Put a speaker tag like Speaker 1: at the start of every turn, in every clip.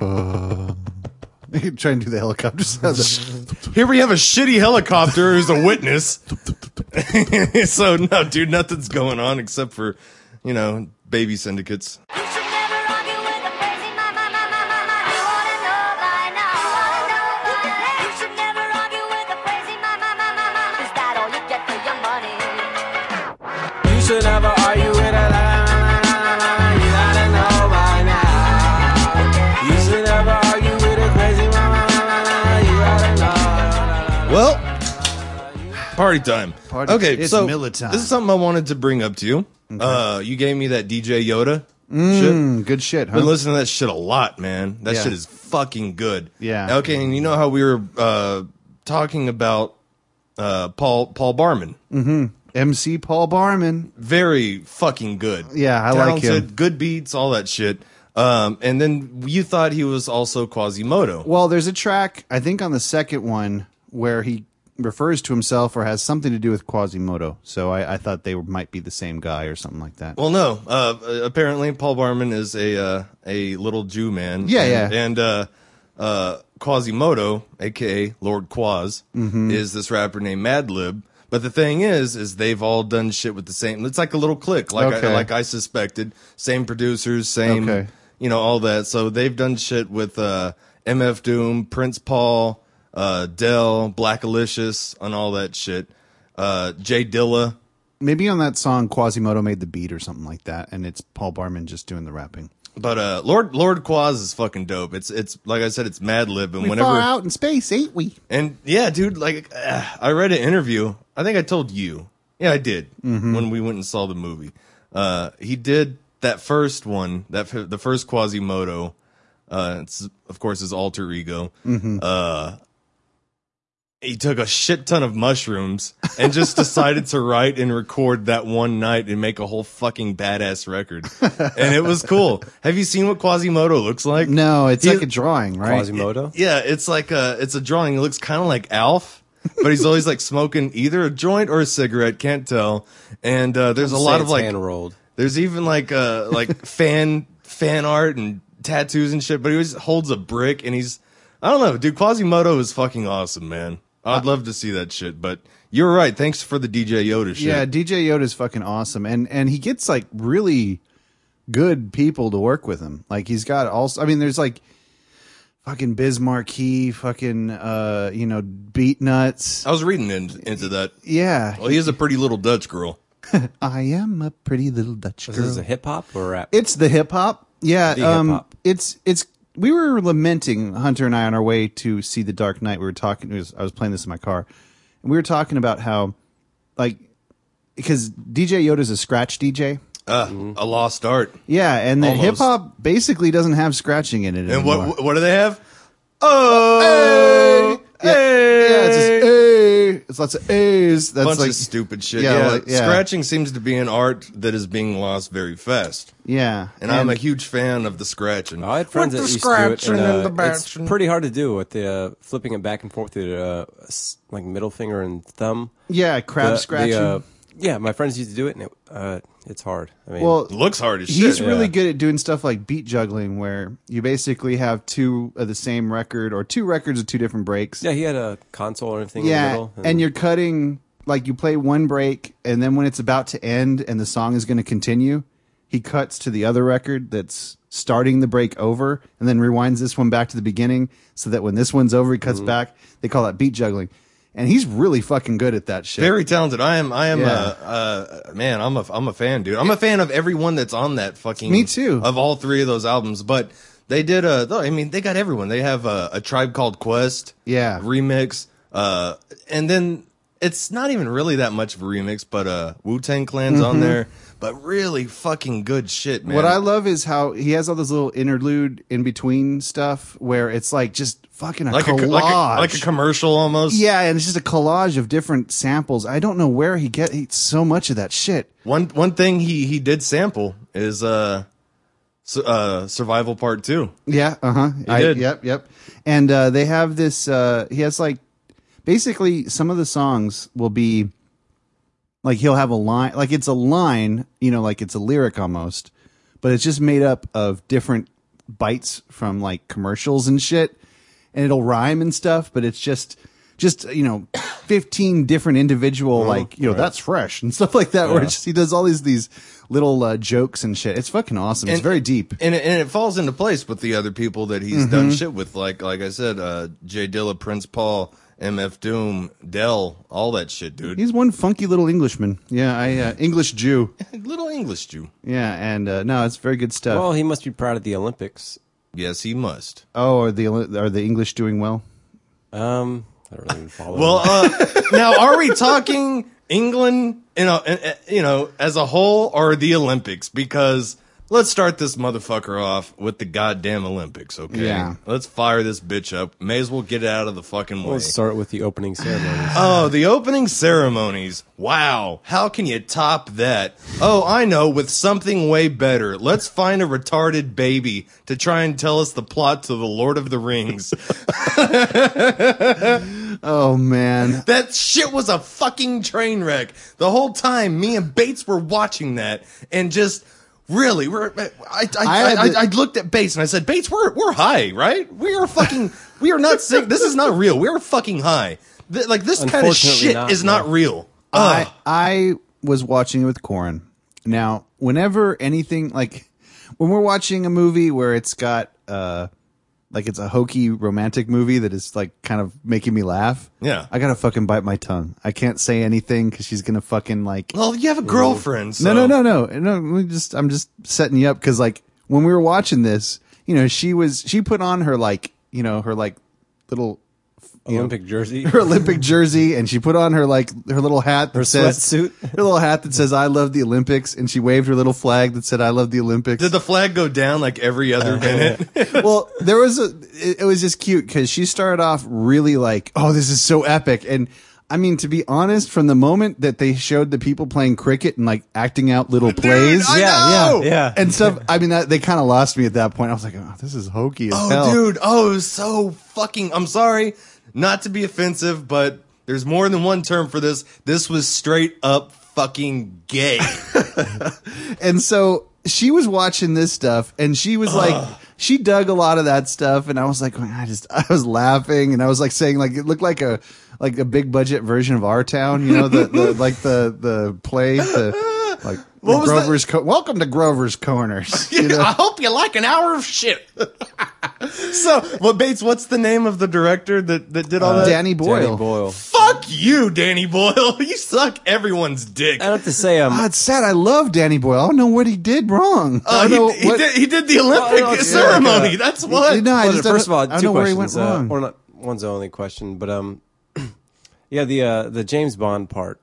Speaker 1: Um, Try and do the helicopter Mm, sounds.
Speaker 2: Here we have a shitty helicopter who's a witness. so no, dude, nothing's going on except for, you know, baby syndicates.
Speaker 3: You should never argue with a crazy mind, mind, mind, mind, mind, mind. You ought to know by now. You ought to know by now. You should never argue with a crazy mind, mind, mind, mind, mind. Is that all you get for your money?
Speaker 4: You should never argue with a la la la la la la la. You gotta know by now. You should never argue with a crazy mama la la la. la. You gotta know. la, la, la, la.
Speaker 2: Well, party time.
Speaker 1: Party-
Speaker 2: okay,
Speaker 1: it's
Speaker 2: so
Speaker 1: Miller time.
Speaker 2: this is something I wanted to bring up to you. Uh, you gave me that DJ Yoda shit.
Speaker 1: Mm, good shit, huh?
Speaker 2: Been listening to that shit a lot, man. That
Speaker 1: Yeah.
Speaker 2: shit is fucking good.
Speaker 1: Yeah.
Speaker 2: Okay, and you know how we were uh, talking about uh, Paul Paul Barman.
Speaker 1: MC Paul Barman.
Speaker 2: very fucking good.
Speaker 1: Yeah, I like him.
Speaker 2: Good beats, all that shit. Um, and then you thought he was also Quasimodo.
Speaker 1: Well, there's a track I think on the second one where he refers to himself or has something to do with Quasimodo. So I, I thought they were, might be the same guy or something like that.
Speaker 2: Well, no. Uh, apparently, Paul Barman is a uh, a little Jew man.
Speaker 1: Yeah,
Speaker 2: and,
Speaker 1: yeah.
Speaker 2: And uh, uh, Quasimodo, aka Lord Quas,
Speaker 1: Mm-hmm.
Speaker 2: is this rapper named Madlib. But the thing is, is they've all done shit with the same. It's like a little clique, like I,
Speaker 1: Okay.
Speaker 2: like I suspected. Same producers, same,
Speaker 1: Okay.
Speaker 2: you know, all that. So they've done shit with uh, MF Doom, Prince Paul, uh, Dell, Blackalicious, and all that shit. Uh, Jay Dilla.
Speaker 1: Maybe on that song Quasimodo made the beat or something like that, and it's Paul Barman just doing the rapping.
Speaker 2: But uh, Lord Lord Quaz is fucking dope. It's it's like I said, it's Mad Lib, and
Speaker 1: We
Speaker 2: whenever
Speaker 1: far out in space, ain't we?
Speaker 2: and yeah, dude, like uh, I read an interview. I think I told you. Yeah, I did when we went and saw the movie. Uh, he did that first one, that f- the first Quasimodo. Uh, it's of course his alter ego. Uh, he took a shit ton of mushrooms and just decided to write and record that one night and make a whole fucking badass record. And it was cool. Have you seen what Quasimodo looks like?
Speaker 1: No, it's
Speaker 2: He-
Speaker 1: like a drawing, right?
Speaker 4: Quasimodo.
Speaker 2: Yeah, it's like a it's a drawing. It looks kind of like Alf, but he's always like smoking either a joint or a cigarette. Can't tell. And uh, there's a
Speaker 4: Say
Speaker 2: lot of
Speaker 4: it's
Speaker 2: like
Speaker 4: hand rolled.
Speaker 2: there's even like uh like fan fan art and tattoos and shit. But he always holds a brick and he's I don't know, dude. Quasimodo is fucking awesome, man. I'd love to see that shit. But you're right. Thanks for the DJ Yoda shit.
Speaker 1: Yeah, DJ Yoda's fucking awesome, and and he gets like really good people to work with him. Like he's got also, I mean, there's like fucking Biz Markie, fucking uh, you know, Beat Nuts.
Speaker 2: I was reading in, into that.
Speaker 1: Yeah,
Speaker 2: Well, he is a pretty little Dutch girl.
Speaker 1: I am a pretty little Dutch
Speaker 4: This
Speaker 1: girl.
Speaker 4: is a hip hop or rap.
Speaker 1: it's the hip hop. Yeah,
Speaker 4: The
Speaker 1: um,
Speaker 4: hip-hop.
Speaker 1: it's it's. We were lamenting Hunter and I on our way to see The Dark Knight. We were talking. it was- I was playing this in my car, and we were talking about how, like, because DJ Yoda's a scratch DJ.
Speaker 2: Uh, A lost art.
Speaker 1: Yeah, and the
Speaker 2: Almost.
Speaker 1: hip hop basically doesn't have scratching in it
Speaker 2: And
Speaker 1: anymore.
Speaker 2: what what do they have? Oh,
Speaker 1: yeah, yeah, it's just a. It's lots of A's. That's
Speaker 2: bunch
Speaker 1: like
Speaker 2: of stupid shit.
Speaker 1: yeah,
Speaker 2: Yeah,
Speaker 1: like- yeah.
Speaker 2: scratching seems to be an art that is being lost very fast,
Speaker 1: Yeah,
Speaker 2: and, I'm a huge fan of the scratching.
Speaker 4: I had friends
Speaker 2: With
Speaker 4: that
Speaker 2: the
Speaker 4: used to do it, and,
Speaker 2: scratching and
Speaker 4: uh,
Speaker 2: the
Speaker 4: it's
Speaker 2: batching.
Speaker 4: pretty hard to do with the uh, flipping it back and forth with your uh, s- like middle finger and thumb.
Speaker 1: yeah crab
Speaker 4: The- the,
Speaker 1: scratching.
Speaker 4: uh, yeah, my friends used to do it, and it, uh, it's hard. I mean,
Speaker 1: well,
Speaker 2: It looks hard as shit.
Speaker 1: he's
Speaker 2: yeah.
Speaker 1: really good at doing stuff like beat juggling, where you basically have two of the same record or two records with two different breaks.
Speaker 4: yeah, he had a console or anything in the
Speaker 1: Yeah,
Speaker 4: middle,
Speaker 1: and, you're cutting like you play one break, and then when it's about to end and the song is going to continue, he cuts to the other record that's starting the break over, and then rewinds this one back to the beginning, so that when this one's over, he cuts
Speaker 2: Mm-hmm.
Speaker 1: back. They call that beat juggling, and he's really fucking good at that shit.
Speaker 2: very talented. I am. I am.
Speaker 1: Yeah.
Speaker 2: Uh, uh, man, I'm a. I'm a fan, dude. I'm a fan of everyone that's on that fucking.
Speaker 1: Me too.
Speaker 2: Of all three of those albums, but they did a. though, I mean, they got everyone. They have a, a tribe called Quest.
Speaker 1: Yeah.
Speaker 2: Remix. Uh, and then it's not even really that much of a remix, but uh, Wu Tang Clan's on there. But really fucking good shit, man.
Speaker 1: What I love is how he has all this little interlude in between stuff where it's like just fucking a
Speaker 2: like a,
Speaker 1: collage.
Speaker 2: like a like a commercial almost.
Speaker 1: yeah, and it's just a collage of different samples. I don't know where he get he- so much of that shit.
Speaker 2: One one thing he he did sample is uh, su- uh survival part two.
Speaker 1: Yeah, uh huh. I
Speaker 2: did.
Speaker 1: Yep, yep. And uh, they have this. Uh, he has like basically some of the songs will be like he'll have a line, like it's a line, you know, like it's a lyric almost, but it's just made up of different bites from like commercials and shit, and it'll rhyme and stuff, but it's just just you know, fifteen different individual
Speaker 2: Oh,
Speaker 1: like you know that's fresh and stuff like that. Where it's just, he does all these these little uh, jokes and shit. It's fucking awesome. it's
Speaker 2: And-
Speaker 1: very deep.
Speaker 2: and it, and it falls into place with the other people that he's
Speaker 1: Mm-hmm.
Speaker 2: done shit with. Like like I said, uh, Jay Dilla, Prince Paul, MF Doom, Dell, all that shit, dude.
Speaker 1: He's one funky little Englishman. Yeah, I uh, English Jew.
Speaker 2: Little English Jew.
Speaker 1: Yeah, and uh, no, it's very good stuff.
Speaker 4: Well, he must be proud of the Olympics.
Speaker 2: Yes, he must.
Speaker 1: oh, are the are the English doing well?
Speaker 4: Um, I don't really follow.
Speaker 2: Well, uh, now are we talking England? You know, and, uh, you know, as a whole, or the Olympics? Because let's start this motherfucker off with the goddamn Olympics, okay?
Speaker 1: Yeah.
Speaker 2: Let's fire this bitch up. May as well get it out of the fucking way.
Speaker 4: Let's start with the opening ceremonies.
Speaker 2: Oh, the opening ceremonies. Wow. How can you top that? Oh, I know, with something way better. Let's find a retarded baby to try and tell us the plot to The Lord of the Rings.
Speaker 1: Oh man,
Speaker 2: that shit was a fucking train wreck. The whole time, me and Bates were watching that and just. Really, we're, I, I,
Speaker 1: I
Speaker 2: I,
Speaker 1: had
Speaker 2: I,
Speaker 1: the-
Speaker 2: I looked at Bates and I said, Bates, we're, we're high, right? We are fucking, we are not sick. This is not real. We're fucking high. Th- like, this kind of
Speaker 4: Unfortunately
Speaker 2: shit
Speaker 4: not,
Speaker 2: is
Speaker 4: no.
Speaker 2: not real. Ugh.
Speaker 1: I I was watching it with Corin. Now, whenever anything like when we're watching a movie where it's got uh like it's a hokey romantic movie that is like kind of making me laugh.
Speaker 2: Yeah.
Speaker 1: I gotta fucking bite my tongue. I can't say anything because she's gonna fucking like
Speaker 2: Well, you have a girlfriend. So.
Speaker 1: No, no, no, no, no. We just, I'm just setting you up because, like, when we were watching this, you know, she was, she put on her like, you know, her like little
Speaker 4: Olympic jersey.
Speaker 1: her Olympic jersey, and she put on her like her little hat, that
Speaker 4: Her
Speaker 1: says,
Speaker 4: sweatsuit.
Speaker 1: her little hat that says "I love the Olympics," and she waved her little flag that said "I love the Olympics."
Speaker 2: Did the flag go down like every other
Speaker 1: Uh,
Speaker 2: minute?
Speaker 1: well, there was a. It, it was just cute because she started off really like, "Oh, this is so epic," and I mean, to be honest, from the moment that they showed the people playing cricket and like acting out little plays,
Speaker 2: I
Speaker 4: yeah,
Speaker 2: know!
Speaker 4: yeah, yeah.
Speaker 1: and stuff. I mean, that, they kind of lost me at that point. I was like, "Oh, this is hokey as
Speaker 2: oh,
Speaker 1: hell."
Speaker 2: dude. Oh, it was so fucking. I'm sorry, not to be offensive, but there's more than one term for this. This was straight up fucking gay.
Speaker 1: And so she was watching this stuff and she was like, she dug a lot of that stuff. And I was like, I just, I was laughing and I was like saying, like, it looked like a, like a big budget version of Our Town, you know, the, the like the, the play, the, like,
Speaker 2: What was
Speaker 1: Grover's, Co- welcome to Grover's Corners. You know?
Speaker 2: I hope you like an hour of shit. so, well, Bates, what's the name of the director that that did all that?
Speaker 1: Danny Boyle.
Speaker 4: Danny Boyle.
Speaker 2: Uh, Fuck you, Danny Boyle. You suck everyone's dick.
Speaker 4: I don't have to say um,
Speaker 1: Ah, it's sad. I love Danny Boyle. I don't know what he did wrong.
Speaker 2: Oh,
Speaker 1: I don't
Speaker 2: he,
Speaker 1: know
Speaker 2: he
Speaker 1: what-
Speaker 2: did, he did the Olympic
Speaker 4: Oh, no, it's like,
Speaker 2: ceremony.
Speaker 4: uh,
Speaker 2: That's what.
Speaker 1: you know, I
Speaker 4: Well,
Speaker 1: just don't-
Speaker 4: first of all,
Speaker 1: I don't
Speaker 4: two
Speaker 1: know where he
Speaker 4: questions.
Speaker 1: went
Speaker 4: uh,
Speaker 1: wrong.
Speaker 4: or not, one's the only question, but um, yeah, the uh, the James Bond part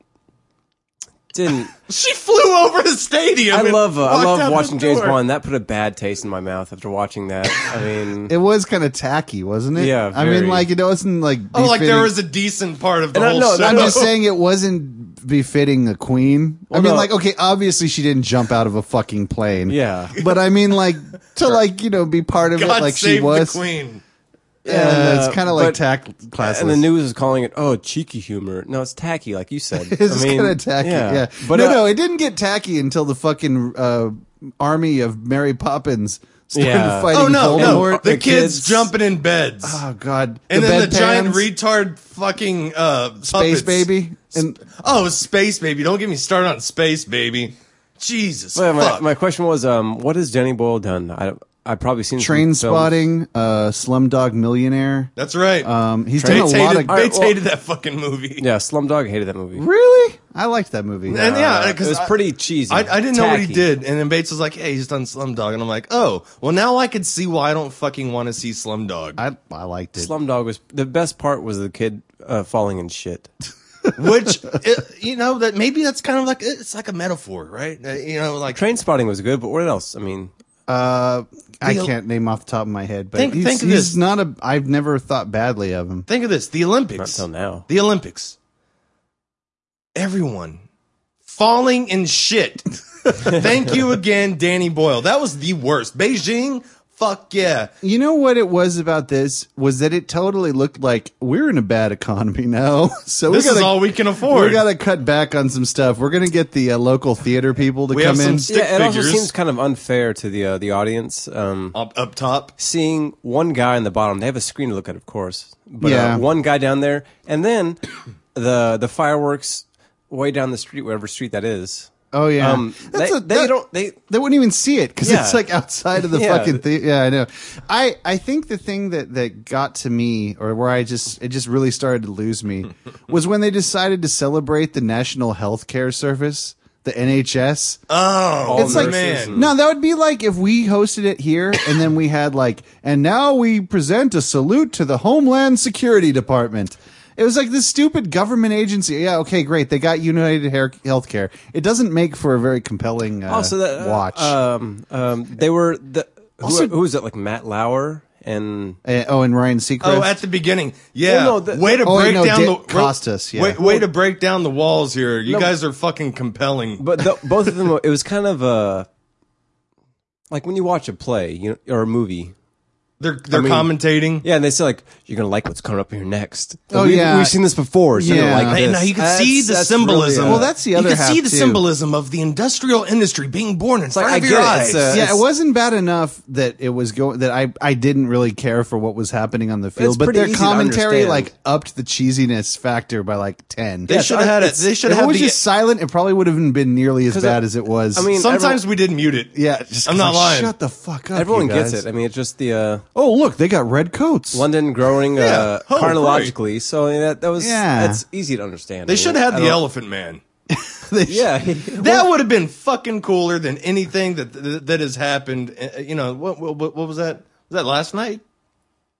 Speaker 4: didn't.
Speaker 2: She flew over the stadium.
Speaker 4: I
Speaker 2: and
Speaker 4: love uh, I
Speaker 2: walked out
Speaker 4: love
Speaker 2: the
Speaker 4: watching James
Speaker 2: door.
Speaker 4: Bond. That put a bad taste in my mouth after watching that. I mean,
Speaker 1: it was kind of tacky, wasn't it?
Speaker 4: Yeah,
Speaker 1: I mean,
Speaker 4: very.
Speaker 1: like, it wasn't like,
Speaker 2: Oh, like there
Speaker 1: befitting-
Speaker 2: was a decent part of the
Speaker 4: And I
Speaker 2: whole
Speaker 4: know,
Speaker 2: show.
Speaker 1: I'm just saying it wasn't befitting a queen. I
Speaker 4: Well,
Speaker 1: mean,
Speaker 4: no.
Speaker 1: like, okay, obviously she didn't jump out of a fucking plane.
Speaker 4: Yeah.
Speaker 1: But I mean, like, to, like, you know, be part of
Speaker 2: God
Speaker 1: it like
Speaker 2: save
Speaker 1: she was.
Speaker 2: the queen.
Speaker 1: Yeah, it's kind of like
Speaker 4: but-
Speaker 1: tack classless.
Speaker 4: and the news is calling it oh cheeky humor. No, it's tacky, like you said.
Speaker 1: It's
Speaker 4: I mean,
Speaker 1: kind of tacky. Yeah.
Speaker 4: but
Speaker 1: no,
Speaker 4: uh,
Speaker 1: no, it didn't get tacky until the fucking uh, army of Mary Poppins started
Speaker 4: Yeah.
Speaker 1: fighting
Speaker 2: Oh no,
Speaker 1: Voldemort.
Speaker 2: no, the,
Speaker 4: the
Speaker 2: kids,
Speaker 4: kids-
Speaker 2: jumping in beds,
Speaker 1: Oh, God.
Speaker 2: and then the
Speaker 1: bedpans,
Speaker 2: giant retard fucking uh,
Speaker 1: Space
Speaker 2: puppets.
Speaker 1: baby. And
Speaker 2: Oh, space baby! Don't get me started on space baby. Jesus
Speaker 4: but my,
Speaker 2: fuck!
Speaker 4: my question was um, what has Danny Boyle done? I I probably seen some
Speaker 1: Train
Speaker 4: films.
Speaker 1: Spotting, uh, Slumdog Millionaire.
Speaker 2: That's right.
Speaker 1: Um, he's done a
Speaker 2: Bates
Speaker 1: lot
Speaker 2: hated,
Speaker 1: of.
Speaker 4: All right,
Speaker 2: Bates
Speaker 4: well-
Speaker 2: hated that fucking movie.
Speaker 4: Yeah, Slumdog hated that movie. Uh,
Speaker 1: Really? I liked that movie.
Speaker 2: And yeah,
Speaker 4: It
Speaker 2: because
Speaker 4: was pretty cheesy.
Speaker 2: I, I didn't know what he
Speaker 4: tacky.
Speaker 2: did, and then Bates was like, "Hey, he's done Slumdog," and I'm like, "Oh, well, now I can see why I don't fucking want to see Slumdog."
Speaker 1: I I liked it.
Speaker 4: Slumdog was the best part. Was the kid uh, falling in shit?
Speaker 2: Which it, you know that maybe that's kind of like it's like a metaphor, right? Uh, you know, like
Speaker 4: Train spotting was good, but what else? I mean,
Speaker 1: Uh, I
Speaker 2: The-
Speaker 1: can't name off the top of my head, but
Speaker 2: Think-
Speaker 1: he's,
Speaker 2: think of
Speaker 1: he's
Speaker 2: this.
Speaker 1: not a. I've never thought badly of him.
Speaker 2: think of this: the Olympics,
Speaker 4: until now,
Speaker 2: the Olympics, everyone falling in shit. Thank you again, Danny Boyle. That was the worst. Beijing Fuck yeah.
Speaker 1: You know what it was about this was that it totally looked like we're in a bad economy now, so
Speaker 2: This
Speaker 1: we gotta,
Speaker 2: is all we can afford.
Speaker 1: We got to cut back on some stuff. We're gonna get the uh, local theater people to
Speaker 2: We
Speaker 1: come
Speaker 2: have
Speaker 1: in.
Speaker 2: some stick
Speaker 4: Yeah, it also
Speaker 2: figures.
Speaker 4: seems kind of unfair to the uh, the audience. Um,
Speaker 2: up, up top.
Speaker 4: seeing one guy in the bottom. They have a screen to look at, of course, but
Speaker 1: Yeah.
Speaker 4: uh, one guy down there, and then the the fireworks way down the street, whatever street that is.
Speaker 1: oh yeah,
Speaker 4: Um, they,
Speaker 1: That's a-
Speaker 4: they
Speaker 1: that-
Speaker 4: don't they.
Speaker 1: They wouldn't even see it because
Speaker 4: Yeah.
Speaker 1: it's like outside of the
Speaker 4: Yeah.
Speaker 1: fucking theater. Yeah, I know. I I think the thing that that got to me, or where I just it just really started to lose me, was when they decided to celebrate the National Health Care Service, the NHS.
Speaker 2: Oh,
Speaker 1: it's like
Speaker 2: man.
Speaker 1: no, that would be like if we hosted it here and then we had like, and now we present a salute to the Homeland Security Department. It was like this stupid government agency. Yeah, okay, great. They got United Hair- Healthcare. It doesn't make for a very compelling uh,
Speaker 4: Also, that, uh,
Speaker 1: watch.
Speaker 4: Um, um, they were the who,
Speaker 1: Also-
Speaker 4: who was it? Like Matt Lauer and
Speaker 1: Uh, oh, and Ryan Seacrest.
Speaker 2: Oh, at the beginning, yeah.
Speaker 4: Well, no, the-
Speaker 2: way to
Speaker 1: Oh, wait,
Speaker 2: break
Speaker 1: no,
Speaker 2: down
Speaker 1: Dick
Speaker 2: the
Speaker 1: Costas, yeah.
Speaker 2: Way, way to break down the walls here. You
Speaker 4: No,
Speaker 2: guys are fucking compelling.
Speaker 4: but the, both of them. It was kind of a like when you watch a play, you know, or a movie.
Speaker 2: they're they're
Speaker 4: mean-
Speaker 2: commentating.
Speaker 4: Yeah, and they say like you're gonna like what's coming up here next.
Speaker 1: Oh,
Speaker 4: we,
Speaker 1: yeah.
Speaker 4: we've seen this before. So yeah,
Speaker 1: Yeah.
Speaker 4: like
Speaker 2: Right,
Speaker 4: this.
Speaker 2: now you can
Speaker 4: That's-
Speaker 2: see the
Speaker 4: that's
Speaker 2: symbolism.
Speaker 4: really, uh,
Speaker 1: Well, that's the other
Speaker 2: You can see
Speaker 1: half,
Speaker 2: the
Speaker 1: too.
Speaker 2: symbolism of the industrial industry being born in front
Speaker 4: like,
Speaker 2: of
Speaker 4: I
Speaker 2: your
Speaker 4: get it,
Speaker 2: eyes.
Speaker 4: it's, uh,
Speaker 1: yeah, it wasn't bad enough that it was going that I I didn't really care for what was happening on the field,
Speaker 4: It's
Speaker 1: but
Speaker 4: pretty
Speaker 1: their
Speaker 4: easy to
Speaker 1: commentary
Speaker 4: understand.
Speaker 1: like upped the cheesiness factor by like ten.
Speaker 2: they
Speaker 4: yeah,
Speaker 2: should have
Speaker 4: it's-
Speaker 2: had it.
Speaker 4: it's-
Speaker 2: They should
Speaker 1: if it
Speaker 2: have
Speaker 1: was
Speaker 2: the.
Speaker 1: just silent, it probably would have been nearly as
Speaker 4: 'Cause
Speaker 1: bad
Speaker 4: I-
Speaker 1: as it was.
Speaker 4: I mean,
Speaker 2: sometimes we didn't mute it.
Speaker 1: yeah, just
Speaker 2: I'm
Speaker 1: 'cause
Speaker 2: not
Speaker 1: like,
Speaker 2: lying.
Speaker 1: Shut the fuck up.
Speaker 4: Everyone
Speaker 1: you
Speaker 4: gets
Speaker 1: guys.
Speaker 4: it. I mean, it's just the uh,
Speaker 1: oh, look, they got red coats.
Speaker 4: London growing uh,
Speaker 2: Yeah. Oh,
Speaker 4: chronologically. So I mean, that that was
Speaker 1: Yeah.
Speaker 4: that's easy to understand.
Speaker 2: They
Speaker 4: I
Speaker 2: should
Speaker 4: mean,
Speaker 2: have
Speaker 4: I
Speaker 2: had the
Speaker 4: don't-
Speaker 2: Elephant Man.
Speaker 1: They-
Speaker 4: Yeah,
Speaker 2: That would have been fucking cooler than anything that that, that has happened. uh, You know what, what? What what was that? Was that last night?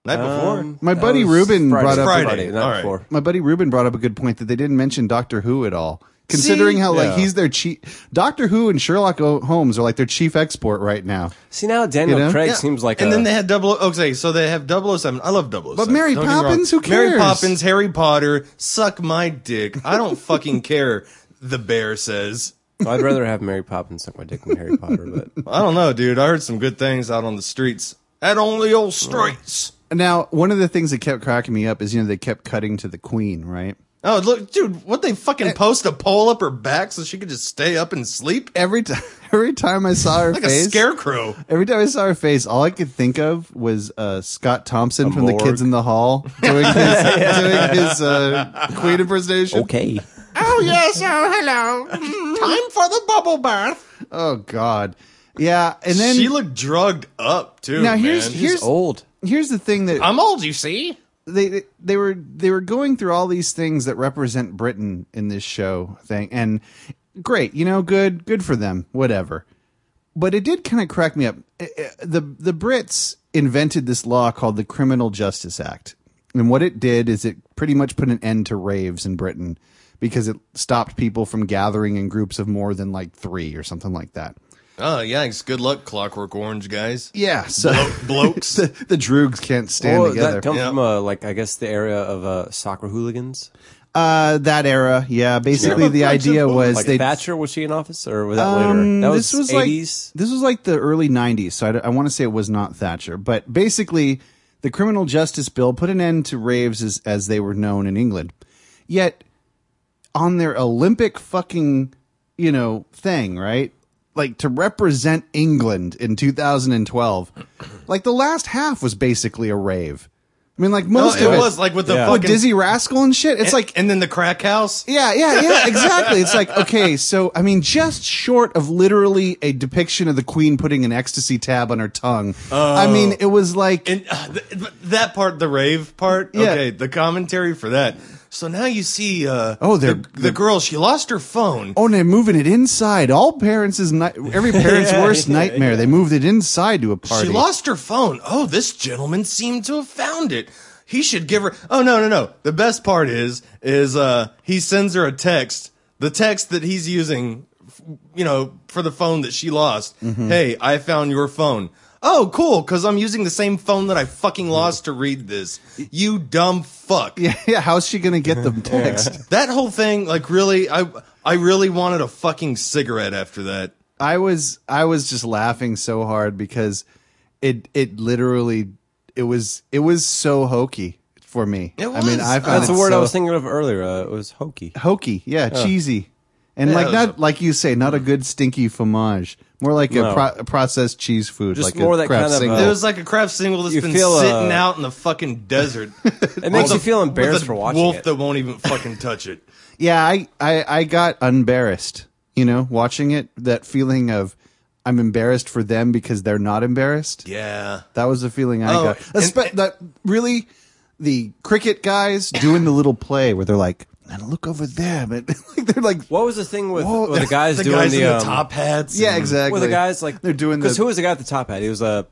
Speaker 2: Night before?
Speaker 1: My
Speaker 4: That
Speaker 1: buddy
Speaker 4: was
Speaker 1: Ruben
Speaker 4: Friday.
Speaker 1: brought up
Speaker 2: Friday.
Speaker 4: not
Speaker 2: All right.
Speaker 4: before.
Speaker 1: my buddy Ruben brought up a good point that they didn't mention Doctor Who at all. Considering how like
Speaker 4: Yeah.
Speaker 1: he's their chief, Doctor Who and Sherlock O- Holmes are like their chief export right now.
Speaker 4: See now, Daniel
Speaker 1: You know?
Speaker 4: Craig
Speaker 2: Yeah.
Speaker 4: seems like
Speaker 2: and
Speaker 4: a,
Speaker 2: then they had double. oh, Okay, so they have 007. I love 007.
Speaker 1: But Mary
Speaker 2: Don't get me wrong.
Speaker 1: Poppins? Who
Speaker 2: Mary
Speaker 1: cares?
Speaker 2: Poppins, Harry Potter, suck my dick. I don't fucking care. The bear says.
Speaker 4: I'd rather have Mary Poppins suck my dick than Harry Potter. But
Speaker 2: I don't know, dude. I heard some good things out on the streets. Out on the old streets.
Speaker 1: Now, one of the things that kept cracking me up is you know they kept cutting to the Queen, right?
Speaker 2: Oh, look, dude, what they
Speaker 1: Eh.
Speaker 2: fucking post a pole up her back so she could just stay up and sleep?
Speaker 1: Every time, every time I saw her
Speaker 2: Like a
Speaker 1: face,
Speaker 2: scarecrow.
Speaker 1: every time I saw her face, all I could think of was uh, Scott Thompson from
Speaker 4: morgue.
Speaker 1: The Kids in the Hall doing his, doing his uh, Queen impersonation.
Speaker 4: okay,
Speaker 1: Oh yes, oh hello. Time for the bubble bath. Oh God, yeah. And then
Speaker 2: she looked drugged up, too.
Speaker 1: Now, here's-
Speaker 2: man.
Speaker 1: here's-
Speaker 4: he's old.
Speaker 1: here's the thing that
Speaker 2: I'm old, you see?
Speaker 1: they they were they were going through all these things that represent Britain in this show thing, and great, you know, good good for them, whatever. But it did kind of crack me up. Eh, eh, The the Brits invented this law called the Criminal Justice Act, and what it did is it pretty much put an end to raves in Britain because it stopped people from gathering in groups of more than like three or something like that.
Speaker 2: Oh, yikes. Good luck, Clockwork Orange guys.
Speaker 1: Yeah, so
Speaker 2: Blokes.
Speaker 1: the, the droogs can't stand
Speaker 2: Oh,
Speaker 4: Well,
Speaker 1: together.
Speaker 4: that comes
Speaker 2: Yeah.
Speaker 4: from uh, like I guess the area of uh, soccer hooligans.
Speaker 1: uh, that era, yeah. Basically,
Speaker 2: Yeah.
Speaker 1: the idea was
Speaker 4: Like
Speaker 1: they
Speaker 4: Thatcher was she in office or was that
Speaker 1: Um,
Speaker 4: later? That was
Speaker 1: this was
Speaker 4: eighties.
Speaker 1: like this was like the early '90s, so I, want to say it was not Thatcher, but basically, the criminal justice bill put an end to raves as, as they were known in England. Yet, on their Olympic fucking you know thing, right? Like to represent England in 2012, like the last half was basically a rave. I mean, like
Speaker 2: No,
Speaker 1: most
Speaker 2: it
Speaker 1: of it
Speaker 2: was like with the
Speaker 4: Yeah.
Speaker 1: with
Speaker 2: fucking.
Speaker 1: Dizzy Rascal and shit. It's like
Speaker 2: and then the crack house.
Speaker 1: yeah, yeah, yeah, exactly. It's like, okay, so, I mean, just short of literally a depiction of the queen putting an ecstasy tab on her tongue. I mean, it was like,
Speaker 2: Oh. And uh, th- th- that part, the rave part,
Speaker 1: Yeah.
Speaker 2: okay, the commentary for that. So now you see, uh,
Speaker 1: Oh, they're-
Speaker 2: the, the girl. She lost her phone.
Speaker 1: oh, and they're moving it inside. All parents' is ni- every parent's
Speaker 4: Yeah,
Speaker 1: worst
Speaker 4: yeah,
Speaker 1: nightmare. They moved it inside to a party.
Speaker 2: she lost her phone. Oh, this gentleman seemed to have found it. He should give her. Oh no, no, no. The best part is, is uh, he sends her a text. The text that he's using, f- you know, for the phone that she lost.
Speaker 1: Mm-hmm.
Speaker 2: Hey, I found your phone. Oh, cool, because I'm using the same phone that I fucking lost to read this. You dumb fuck.
Speaker 1: Mm-hmm. Yeah, yeah, how's she gonna get the text?
Speaker 2: That whole thing, like, really, I I really wanted a fucking cigarette after that.
Speaker 1: I was I was just laughing so hard because it it literally it was it was so hokey for me.
Speaker 2: It
Speaker 1: I mean,
Speaker 2: was.
Speaker 1: I found
Speaker 2: That's
Speaker 1: it
Speaker 2: the
Speaker 1: so
Speaker 4: thinking of earlier. Uh, it was hokey.
Speaker 1: hokey. Yeah, cheesy, and
Speaker 2: Yeah,
Speaker 1: like
Speaker 2: it was
Speaker 1: not like you say, not a good stinky fromage. More like a,
Speaker 4: No.
Speaker 1: pro- a processed cheese food,
Speaker 4: Just
Speaker 1: like
Speaker 4: more
Speaker 1: a
Speaker 4: that
Speaker 1: Kraft
Speaker 4: kind of,
Speaker 1: single.
Speaker 4: uh,
Speaker 2: It was like a crap single that's
Speaker 4: You
Speaker 2: been
Speaker 4: feel, uh,
Speaker 2: sitting out in the fucking desert.
Speaker 4: It makes you feel
Speaker 2: with
Speaker 4: embarrassed
Speaker 2: a
Speaker 4: for watching
Speaker 2: wolf
Speaker 4: it.
Speaker 2: that won't even fucking touch it.
Speaker 1: yeah, I, I I got embarrassed. You know, watching it, that feeling of I'm embarrassed for them because they're not embarrassed.
Speaker 2: Yeah.
Speaker 1: That was the feeling I
Speaker 2: Oh,
Speaker 1: got.
Speaker 2: and-
Speaker 1: Espe- that really, the cricket guys doing the little play where they're like, "And look over there," but like they're like,
Speaker 4: What was the thing with,
Speaker 1: Whoa,
Speaker 4: with the guys
Speaker 2: the
Speaker 4: doing
Speaker 2: guys
Speaker 4: the,
Speaker 2: in the
Speaker 4: um,
Speaker 2: top hats.
Speaker 1: "Yeah,
Speaker 2: and-
Speaker 1: exactly."
Speaker 4: Well, the guys like
Speaker 1: they're doing the
Speaker 4: because who was the guy at the top hat? He was uh, a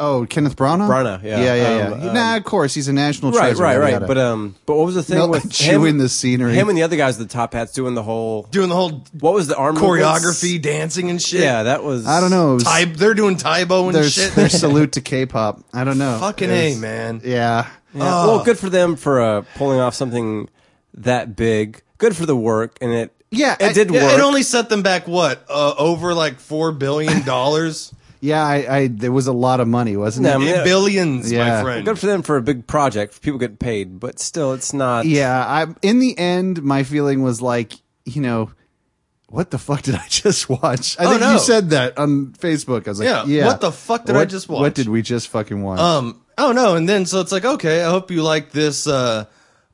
Speaker 1: oh Kenneth Branagh,
Speaker 4: Branagh, yeah.
Speaker 1: yeah, yeah,
Speaker 4: Um,
Speaker 1: yeah.
Speaker 4: um,
Speaker 1: nah, of course he's a national
Speaker 4: right,
Speaker 1: treasure.
Speaker 4: right,
Speaker 1: yada,
Speaker 4: right.
Speaker 1: yada.
Speaker 4: But
Speaker 2: uh,
Speaker 4: um, but what was the thing
Speaker 1: No,
Speaker 4: with
Speaker 1: chewing
Speaker 4: him,
Speaker 1: the scenery.
Speaker 4: Him and the other guys with the top hats doing the whole
Speaker 2: Doing the whole
Speaker 4: what was the arm
Speaker 2: choreography,
Speaker 4: movements?
Speaker 2: dancing and shit.
Speaker 4: Yeah, that was
Speaker 1: I don't know. It was,
Speaker 2: Tai- they're doing Taibo and
Speaker 1: there's
Speaker 2: shit.
Speaker 1: their salute to K-pop. I don't know.
Speaker 2: fucking
Speaker 1: It
Speaker 2: A,
Speaker 1: was-
Speaker 2: man.
Speaker 1: Yeah.
Speaker 4: Yeah.
Speaker 1: Oh.
Speaker 4: Well, good for them for uh, pulling off something that big. Good for the work, and it
Speaker 1: Yeah,
Speaker 4: it
Speaker 1: I-
Speaker 4: did
Speaker 2: Yeah,
Speaker 4: work.
Speaker 2: It only set them back what? Uh, over like 4 billion dollars.
Speaker 1: Yeah, I, I there was a lot of money, wasn't
Speaker 4: No, I
Speaker 1: it?
Speaker 4: mean, Yeah.
Speaker 2: Billions, my
Speaker 1: Yeah.
Speaker 2: friend.
Speaker 4: good for them for a big project. People getting paid, but still, it's not.
Speaker 1: Yeah, I in the end my feeling was like, you know, what the fuck did I just watch? I
Speaker 2: Oh,
Speaker 1: think
Speaker 2: no.
Speaker 1: you said that on Facebook. I was like,
Speaker 2: Yeah,
Speaker 1: yeah,
Speaker 2: what the fuck did I
Speaker 1: What-
Speaker 2: just watch?
Speaker 1: What did we just fucking watch?
Speaker 2: Um, oh no, and then so it's like, okay, I hope you like this uh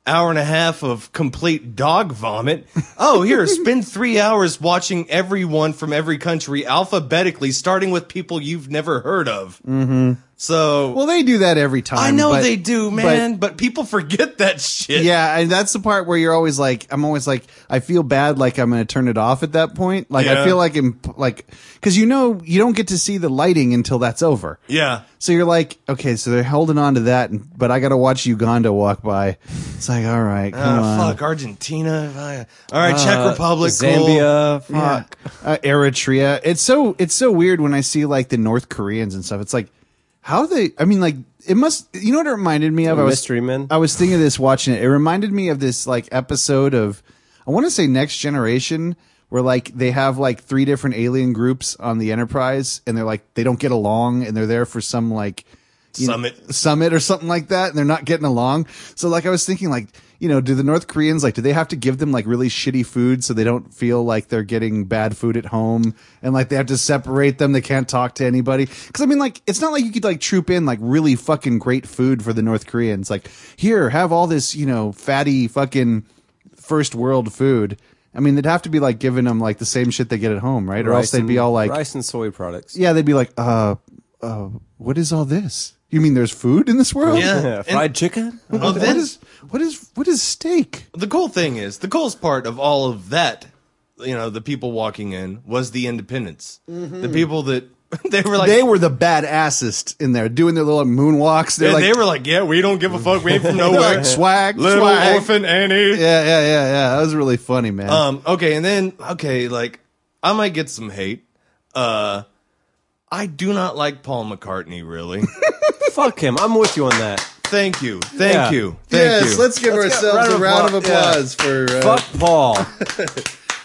Speaker 2: hour and a half of complete dog vomit. Oh, here, spend three hours watching everyone from every country alphabetically, starting with people you've never heard of. Mm-hmm. So
Speaker 1: well, they do that every time.
Speaker 2: I know
Speaker 1: but-
Speaker 2: they do,
Speaker 1: but-
Speaker 2: man, but, people forget that shit.
Speaker 1: yeah, and that's the part where you're always like, I'm always like, I feel bad, like I'm going to turn it off at that point. Like
Speaker 2: Yeah.
Speaker 1: I feel like, I'm, like, because you know, you don't get to see the lighting until that's over.
Speaker 2: Yeah.
Speaker 1: So you're like, okay, so they're holding on to that, and- but I got to watch Uganda walk by. It's like, all right, come
Speaker 2: Ah,
Speaker 1: on.
Speaker 2: fuck Argentina. ah, All right, Czech
Speaker 4: Uh,
Speaker 2: Republic, cool.
Speaker 4: Zambia, fuck.
Speaker 1: uh, Eritrea. It's so it's so weird when I see like the North Koreans and stuff. It's like how they. I mean, like it must. You know what it reminded me of? I was
Speaker 4: Mystery Men?
Speaker 1: I was thinking of this watching it. It reminded me of this like episode of I want to say Next Generation where like they have like three different alien groups on the Enterprise and they're like they don't get along and they're there for some like you know,
Speaker 2: Summit.
Speaker 1: summit or something like that and they're not getting along. So like I was thinking like you know, do the North Koreans like do they have to give them like really shitty food so they don't feel like they're getting bad food at home and like they have to separate them, they can't talk to anybody? Cuz I mean like it's not like you could like troop in like really fucking great food for the North Koreans like here, have all this, you know, fatty fucking first world food. I mean, they'd have to be like giving them like the same shit they get at home, right? Or else
Speaker 4: rice
Speaker 1: they'd be
Speaker 4: and-
Speaker 1: all like
Speaker 4: rice and soy products.
Speaker 1: yeah, they'd be like, uh, uh, what is all this? You mean there's food in this world?
Speaker 2: Yeah.
Speaker 4: Yeah,
Speaker 2: And-
Speaker 4: fried chicken.
Speaker 2: Oh,
Speaker 1: what
Speaker 2: then-
Speaker 1: is what is what is steak?
Speaker 2: the cool thing is the coolest part of all of that you know the people walking in was the independents the people that they were like
Speaker 1: they were the badassest in there doing their little moonwalks. They're
Speaker 2: they,
Speaker 1: like,
Speaker 2: they were like yeah we don't give a fuck we ain't from
Speaker 1: they're
Speaker 2: nowhere
Speaker 1: like swag,
Speaker 2: little
Speaker 1: swag.
Speaker 2: orphan annie
Speaker 1: Yeah, yeah, yeah, yeah. That was really funny, man.
Speaker 2: um okay and then okay like i might get some hate uh i do not like paul mccartney really
Speaker 4: Fuck him. I'm with you on that.
Speaker 2: thank you thank
Speaker 4: Yeah.
Speaker 2: you thank
Speaker 1: yes,
Speaker 2: you
Speaker 1: let's give
Speaker 4: Let's get
Speaker 1: ourselves
Speaker 4: a
Speaker 1: a round of
Speaker 4: round of
Speaker 1: applause for. Uh,
Speaker 4: Fuck Paul.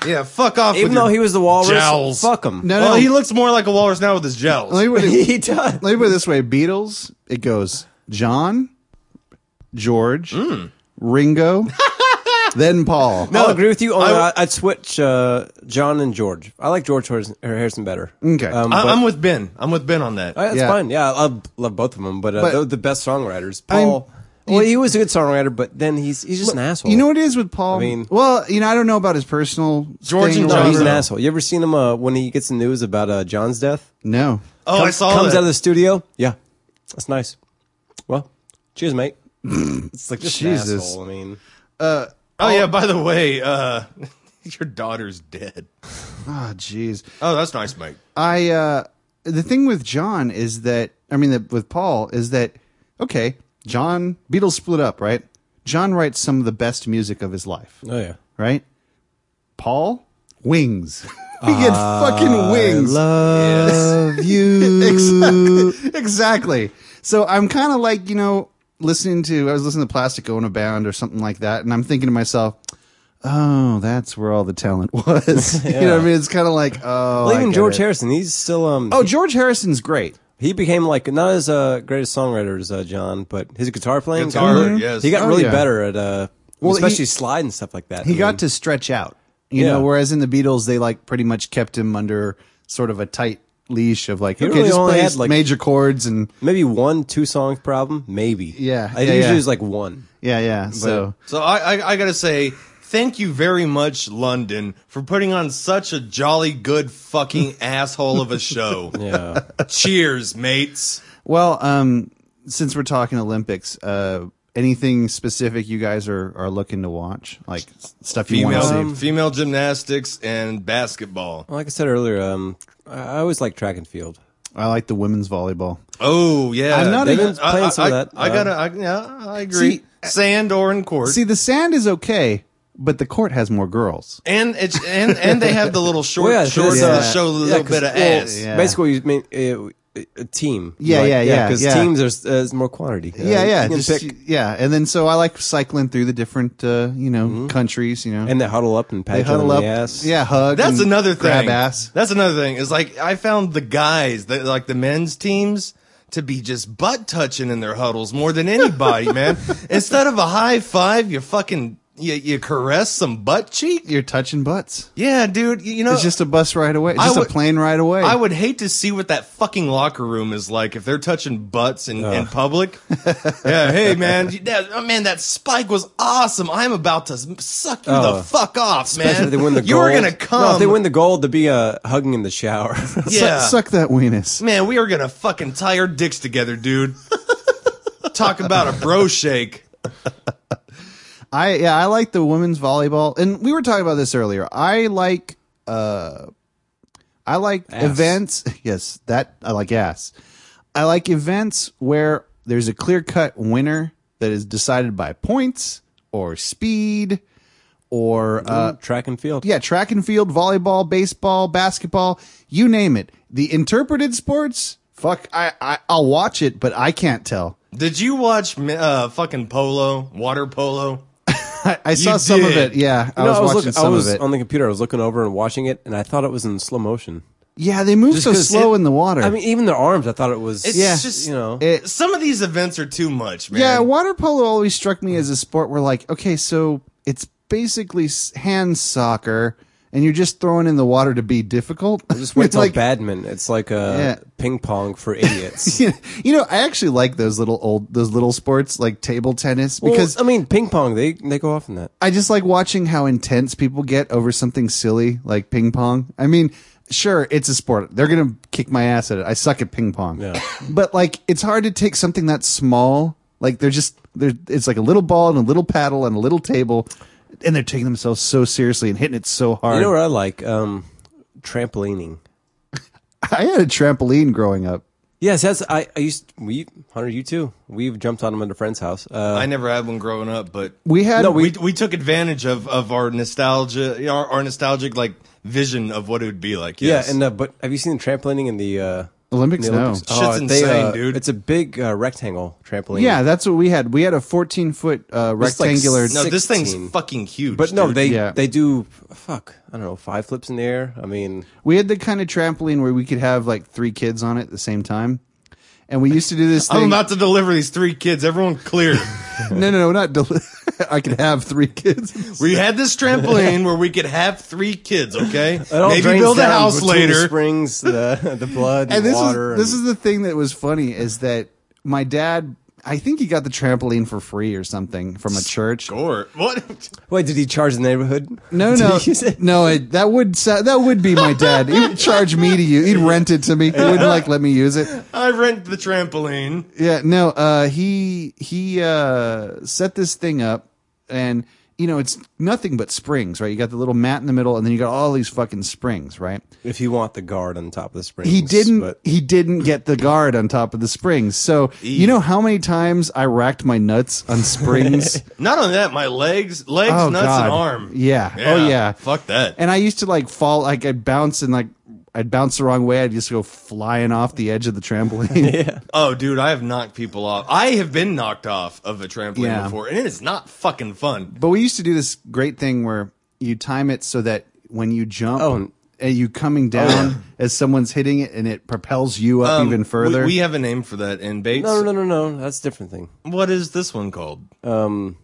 Speaker 2: yeah fuck off
Speaker 4: Even
Speaker 2: with your
Speaker 4: though he was the walrus.
Speaker 2: jowls.
Speaker 4: Fuck him.
Speaker 1: No,
Speaker 2: well
Speaker 1: no.
Speaker 2: he looks more like a walrus now with his jowls
Speaker 1: let me put it-
Speaker 4: he
Speaker 1: let
Speaker 4: does.
Speaker 1: me put it this way: Beatles. It goes John, George, Ringo, then Paul.
Speaker 4: I'll agree with you. Only
Speaker 2: I-
Speaker 4: I, would switch uh, John and George. I like George Harrison, Harrison better. Um,
Speaker 1: Okay.
Speaker 2: I,
Speaker 4: but-
Speaker 2: i'm with ben i'm with ben on that
Speaker 4: Oh, yeah, that's
Speaker 1: Yeah.
Speaker 4: fine. Yeah, I love, love both of them, but, uh,
Speaker 1: But-
Speaker 4: they're the best songwriters.
Speaker 1: I'm-
Speaker 4: Paul, well, he was a good songwriter, but then he's he's just an asshole.
Speaker 1: You know what it is with Paul?
Speaker 4: I mean-
Speaker 1: well, you know, I don't know about his personal
Speaker 2: George
Speaker 1: thing
Speaker 2: and
Speaker 1: or
Speaker 4: No, he's an
Speaker 1: whatever.
Speaker 2: John.
Speaker 4: asshole. You ever seen him uh, when he gets the news about uh, John's death?
Speaker 1: No.
Speaker 2: oh i
Speaker 4: Comes-
Speaker 2: saw
Speaker 4: comes
Speaker 2: that.
Speaker 4: out of the studio. Yeah, that's nice. Well, cheers, mate. it's like just an
Speaker 1: Jesus.
Speaker 4: asshole, I mean,
Speaker 2: Oh yeah, by the way, uh your daughter's dead.
Speaker 1: Ah, jeez.
Speaker 2: Oh, that's nice, mate.
Speaker 1: I uh the thing with John is that I mean the, with Paul is that okay, John Beatles split up, right? John writes some of the best music of his life,
Speaker 4: oh yeah.
Speaker 1: right? Paul wings. he gets fucking wings.
Speaker 4: Love you.
Speaker 1: exactly. exactly. So I'm kind of like, you know, listening to, I was listening to Plastic Ono Bound or something like that. And I'm thinking to myself, oh, that's where all the talent was. You know what I mean? It's kind of like, oh.
Speaker 4: Well,
Speaker 1: I
Speaker 4: even
Speaker 1: get
Speaker 4: George
Speaker 1: it.
Speaker 4: Harrison, he's still um.
Speaker 1: Oh, George Harrison's great.
Speaker 4: He became like not as uh, great a songwriter as uh, John, but his guitar playing,
Speaker 2: Guitar,
Speaker 4: got-
Speaker 2: yes.
Speaker 4: he got
Speaker 1: Oh,
Speaker 4: really
Speaker 1: yeah.
Speaker 4: better at uh,
Speaker 1: Well,
Speaker 4: especially
Speaker 1: he-
Speaker 4: slide and stuff like that.
Speaker 1: He
Speaker 4: I
Speaker 1: got
Speaker 4: mean,
Speaker 1: to stretch out, you
Speaker 4: Yeah.
Speaker 1: know, whereas in the Beatles, they like pretty much kept him under sort of a tight leash of like,
Speaker 4: He
Speaker 1: okay,
Speaker 4: really
Speaker 1: just
Speaker 4: only
Speaker 1: play
Speaker 4: had, like-
Speaker 1: major chords and
Speaker 4: maybe one two song problem, maybe.
Speaker 1: Yeah,
Speaker 4: I
Speaker 1: yeah,
Speaker 4: usually
Speaker 1: yeah.
Speaker 4: was like one.
Speaker 1: yeah, yeah. so
Speaker 2: So I, I, I gotta say, thank you very much, London, for putting on such a jolly good fucking asshole of a show.
Speaker 4: Yeah,
Speaker 2: Cheers, mates.
Speaker 1: Well, um, since we're talking Olympics, uh, anything specific you guys are, are looking to watch, like s- stuff you want
Speaker 2: Female,
Speaker 1: to see?
Speaker 2: female gymnastics and basketball.
Speaker 4: like I said earlier, um, I I always like track and field.
Speaker 1: I like the women's volleyball.
Speaker 2: Oh yeah,
Speaker 1: I'm not
Speaker 2: I-
Speaker 1: a-
Speaker 4: They've been
Speaker 2: I-
Speaker 4: playing some
Speaker 2: I,
Speaker 4: of that.
Speaker 2: I
Speaker 4: Uh,
Speaker 2: gotta. I, yeah, I agree.
Speaker 1: See-
Speaker 2: Sand or in court.
Speaker 1: See, the sand is okay, but the court has more girls.
Speaker 2: and it's and and they have the little short
Speaker 4: Well, yeah,
Speaker 2: shorts
Speaker 4: it's,
Speaker 2: that
Speaker 4: uh,
Speaker 2: show a
Speaker 4: yeah,
Speaker 2: little
Speaker 4: 'cause-
Speaker 2: bit of
Speaker 4: well,
Speaker 2: ass.
Speaker 1: Yeah.
Speaker 4: Basically, you mean uh, a team.
Speaker 1: Yeah,
Speaker 4: right?
Speaker 1: yeah, yeah,
Speaker 4: Because
Speaker 1: yeah.
Speaker 4: teams there's uh, more quantity. you know,
Speaker 1: Yeah, yeah,
Speaker 4: You can
Speaker 1: just-
Speaker 4: pick
Speaker 1: yeah. And then so I like cycling through the different, uh, you know,
Speaker 2: Mm-hmm.
Speaker 1: countries. You know,
Speaker 4: and they huddle up and pat
Speaker 1: they
Speaker 4: each other
Speaker 1: huddle
Speaker 4: in
Speaker 1: up,
Speaker 4: the ass.
Speaker 1: yeah, hug.
Speaker 2: That's
Speaker 4: Hmm.
Speaker 1: and
Speaker 2: another thing.
Speaker 1: Grab ass.
Speaker 2: That's another thing. Is like I found the guys that like the men's teams to be just butt touching in their huddles more than anybody, man. Instead of a high five, you fucking you, you caress some butt cheek.
Speaker 1: You're touching butts.
Speaker 2: Yeah, dude. You know,
Speaker 1: It's just a bus right away. It's
Speaker 2: Uh, I
Speaker 1: just
Speaker 2: would-
Speaker 1: a plane right away.
Speaker 2: I would hate to see what that fucking locker room is like if they're touching butts in, in public. yeah, hey man, you- that- oh, man, that spike was awesome. I'm about to suck you
Speaker 4: Oh.
Speaker 2: the fuck off, man.
Speaker 4: Especially if they win the
Speaker 2: you are
Speaker 4: gold.
Speaker 2: gonna come.
Speaker 4: No, if they win the gold, to be uh, hugging in the shower.
Speaker 1: Suck-
Speaker 2: yeah,
Speaker 1: suck that weenus.
Speaker 2: man, we are gonna fucking tie our dicks together, dude. Talk about a bro shake.
Speaker 1: I yeah, I like the women's volleyball, and we were talking about this earlier. I like uh, I like
Speaker 4: Ass.
Speaker 1: events. Yes, that I like ass. I like events where there's a clear cut winner that is decided by points or speed or uh,
Speaker 4: track and field.
Speaker 1: yeah, track and field, volleyball, baseball, basketball, you name it. The interpreted sports, fuck, I, I I'll watch it, but I can't tell.
Speaker 2: Did you watch uh, fucking polo, water polo?
Speaker 1: I, I saw
Speaker 2: You
Speaker 1: some of
Speaker 2: did.
Speaker 1: it. Yeah, I
Speaker 4: No,
Speaker 1: was, watching
Speaker 4: looking,
Speaker 1: some
Speaker 4: I was
Speaker 1: of it.
Speaker 4: on the computer. I was looking over and watching it, and I thought it was in slow motion.
Speaker 1: Yeah, they move so
Speaker 4: 'cause
Speaker 1: slow
Speaker 4: it-
Speaker 1: in the water.
Speaker 4: I mean, even their arms. I thought it was.
Speaker 2: It's
Speaker 1: Yeah.
Speaker 2: just
Speaker 4: you know.
Speaker 1: It-
Speaker 2: Some of these events are too much, man.
Speaker 1: yeah, water polo always struck me as a sport where, like, okay, so it's basically s- hand soccer, and you're just throwing in the water to be difficult.
Speaker 4: just wait
Speaker 1: It's
Speaker 4: till
Speaker 1: like,
Speaker 4: badminton. It's like a
Speaker 1: Yeah.
Speaker 4: ping pong for idiots.
Speaker 1: you know, I actually like those little old, those little sports like table tennis because
Speaker 4: because I mean, ping pong. They they go off in that.
Speaker 1: I just like watching how intense people get over something silly like ping pong. I mean, sure, it's a sport. They're going to kick my ass at it. I suck at ping pong.
Speaker 4: Yeah.
Speaker 1: But like it's hard to take something that small, like they're just they're it's like a little ball and a little paddle and a little table and they're taking themselves so seriously and hitting it so hard.
Speaker 4: You know what I like? Um, trampolining.
Speaker 1: I had a trampoline growing up.
Speaker 4: Yes, that's I. I used we Hunter. You too. We've jumped on them at a friend's house. Uh,
Speaker 2: I never had one growing up, but
Speaker 1: We had
Speaker 4: No,
Speaker 2: we we took advantage of of our nostalgia, our, our nostalgic like vision of what it would be like. Yes.
Speaker 4: Yeah, and uh, but have you seen the trampolining in the uh,
Speaker 1: Olympics?
Speaker 4: in the
Speaker 1: No.
Speaker 4: Olympics?
Speaker 2: Shit's
Speaker 4: Oh, they,
Speaker 2: insane,
Speaker 4: uh,
Speaker 2: dude.
Speaker 4: It's a big uh, rectangle trampoline.
Speaker 1: Yeah, that's what we had. We had a 14 foot uh,
Speaker 4: It's like
Speaker 1: rectangular.
Speaker 2: no, this thing's
Speaker 4: 16.
Speaker 2: fucking huge.
Speaker 4: but no,
Speaker 2: dude.
Speaker 4: they
Speaker 1: Yeah.
Speaker 4: they do fuck. I don't know, five flips in the air. I mean,
Speaker 1: we had the kind of trampoline where we could have like three kids on it at the same time. And we used to do
Speaker 4: Oh,
Speaker 1: this thing.
Speaker 2: I'm about to deliver these three kids. Everyone clear.
Speaker 1: no, no, no, not. Del- I could have three kids.
Speaker 2: we had this trampoline where we could have three kids. Okay,
Speaker 4: it all
Speaker 2: maybe
Speaker 4: drains
Speaker 2: build a
Speaker 4: down
Speaker 2: house
Speaker 4: between the
Speaker 2: later.
Speaker 4: springs, the the blood, and
Speaker 1: and this
Speaker 4: water.
Speaker 1: is this is
Speaker 4: and-
Speaker 1: the thing that was funny is that my dad. I think he got the trampoline for free or something from a church.
Speaker 2: Or what?
Speaker 4: wait, did he charge the neighborhood?
Speaker 1: No,
Speaker 4: Did
Speaker 1: no,
Speaker 4: he use it?
Speaker 1: no. It, that would sa- that would be my dad. He would charge me to use. He'd rent it to me. He wouldn't like let me use it.
Speaker 2: I rent the trampoline.
Speaker 1: Yeah, no, uh he he uh set this thing up and you know, it's nothing but springs, right? You got the little mat in the middle and then you got all these fucking springs, right?
Speaker 4: If you want the guard on top of the springs,
Speaker 1: He didn't
Speaker 4: But
Speaker 1: he didn't get the guard on top of the springs. So,
Speaker 2: E.
Speaker 1: you know how many times I racked my nuts on springs?
Speaker 2: Not only that, my legs, legs,
Speaker 1: Oh,
Speaker 2: nuts,
Speaker 1: God.
Speaker 2: and arm.
Speaker 1: Yeah. Oh, yeah.
Speaker 2: Fuck that.
Speaker 1: and I used to like fall like I'd bounce and like I'd bounce the wrong way, I'd just go flying off the edge of the trampoline.
Speaker 2: Oh, dude, I have knocked people off. I have been knocked off of a trampoline
Speaker 1: Yeah.
Speaker 2: before, and it is not fucking fun.
Speaker 1: But we used to do this great thing where you time it so that when you jump
Speaker 4: oh,
Speaker 1: are you coming down as someone's hitting it and it propels you up
Speaker 2: Um,
Speaker 1: even
Speaker 2: we-
Speaker 1: further?
Speaker 2: We, have a name for that in Bates.
Speaker 4: No, no, no, no, no. That's a different thing.
Speaker 2: What is this one called?
Speaker 4: Um,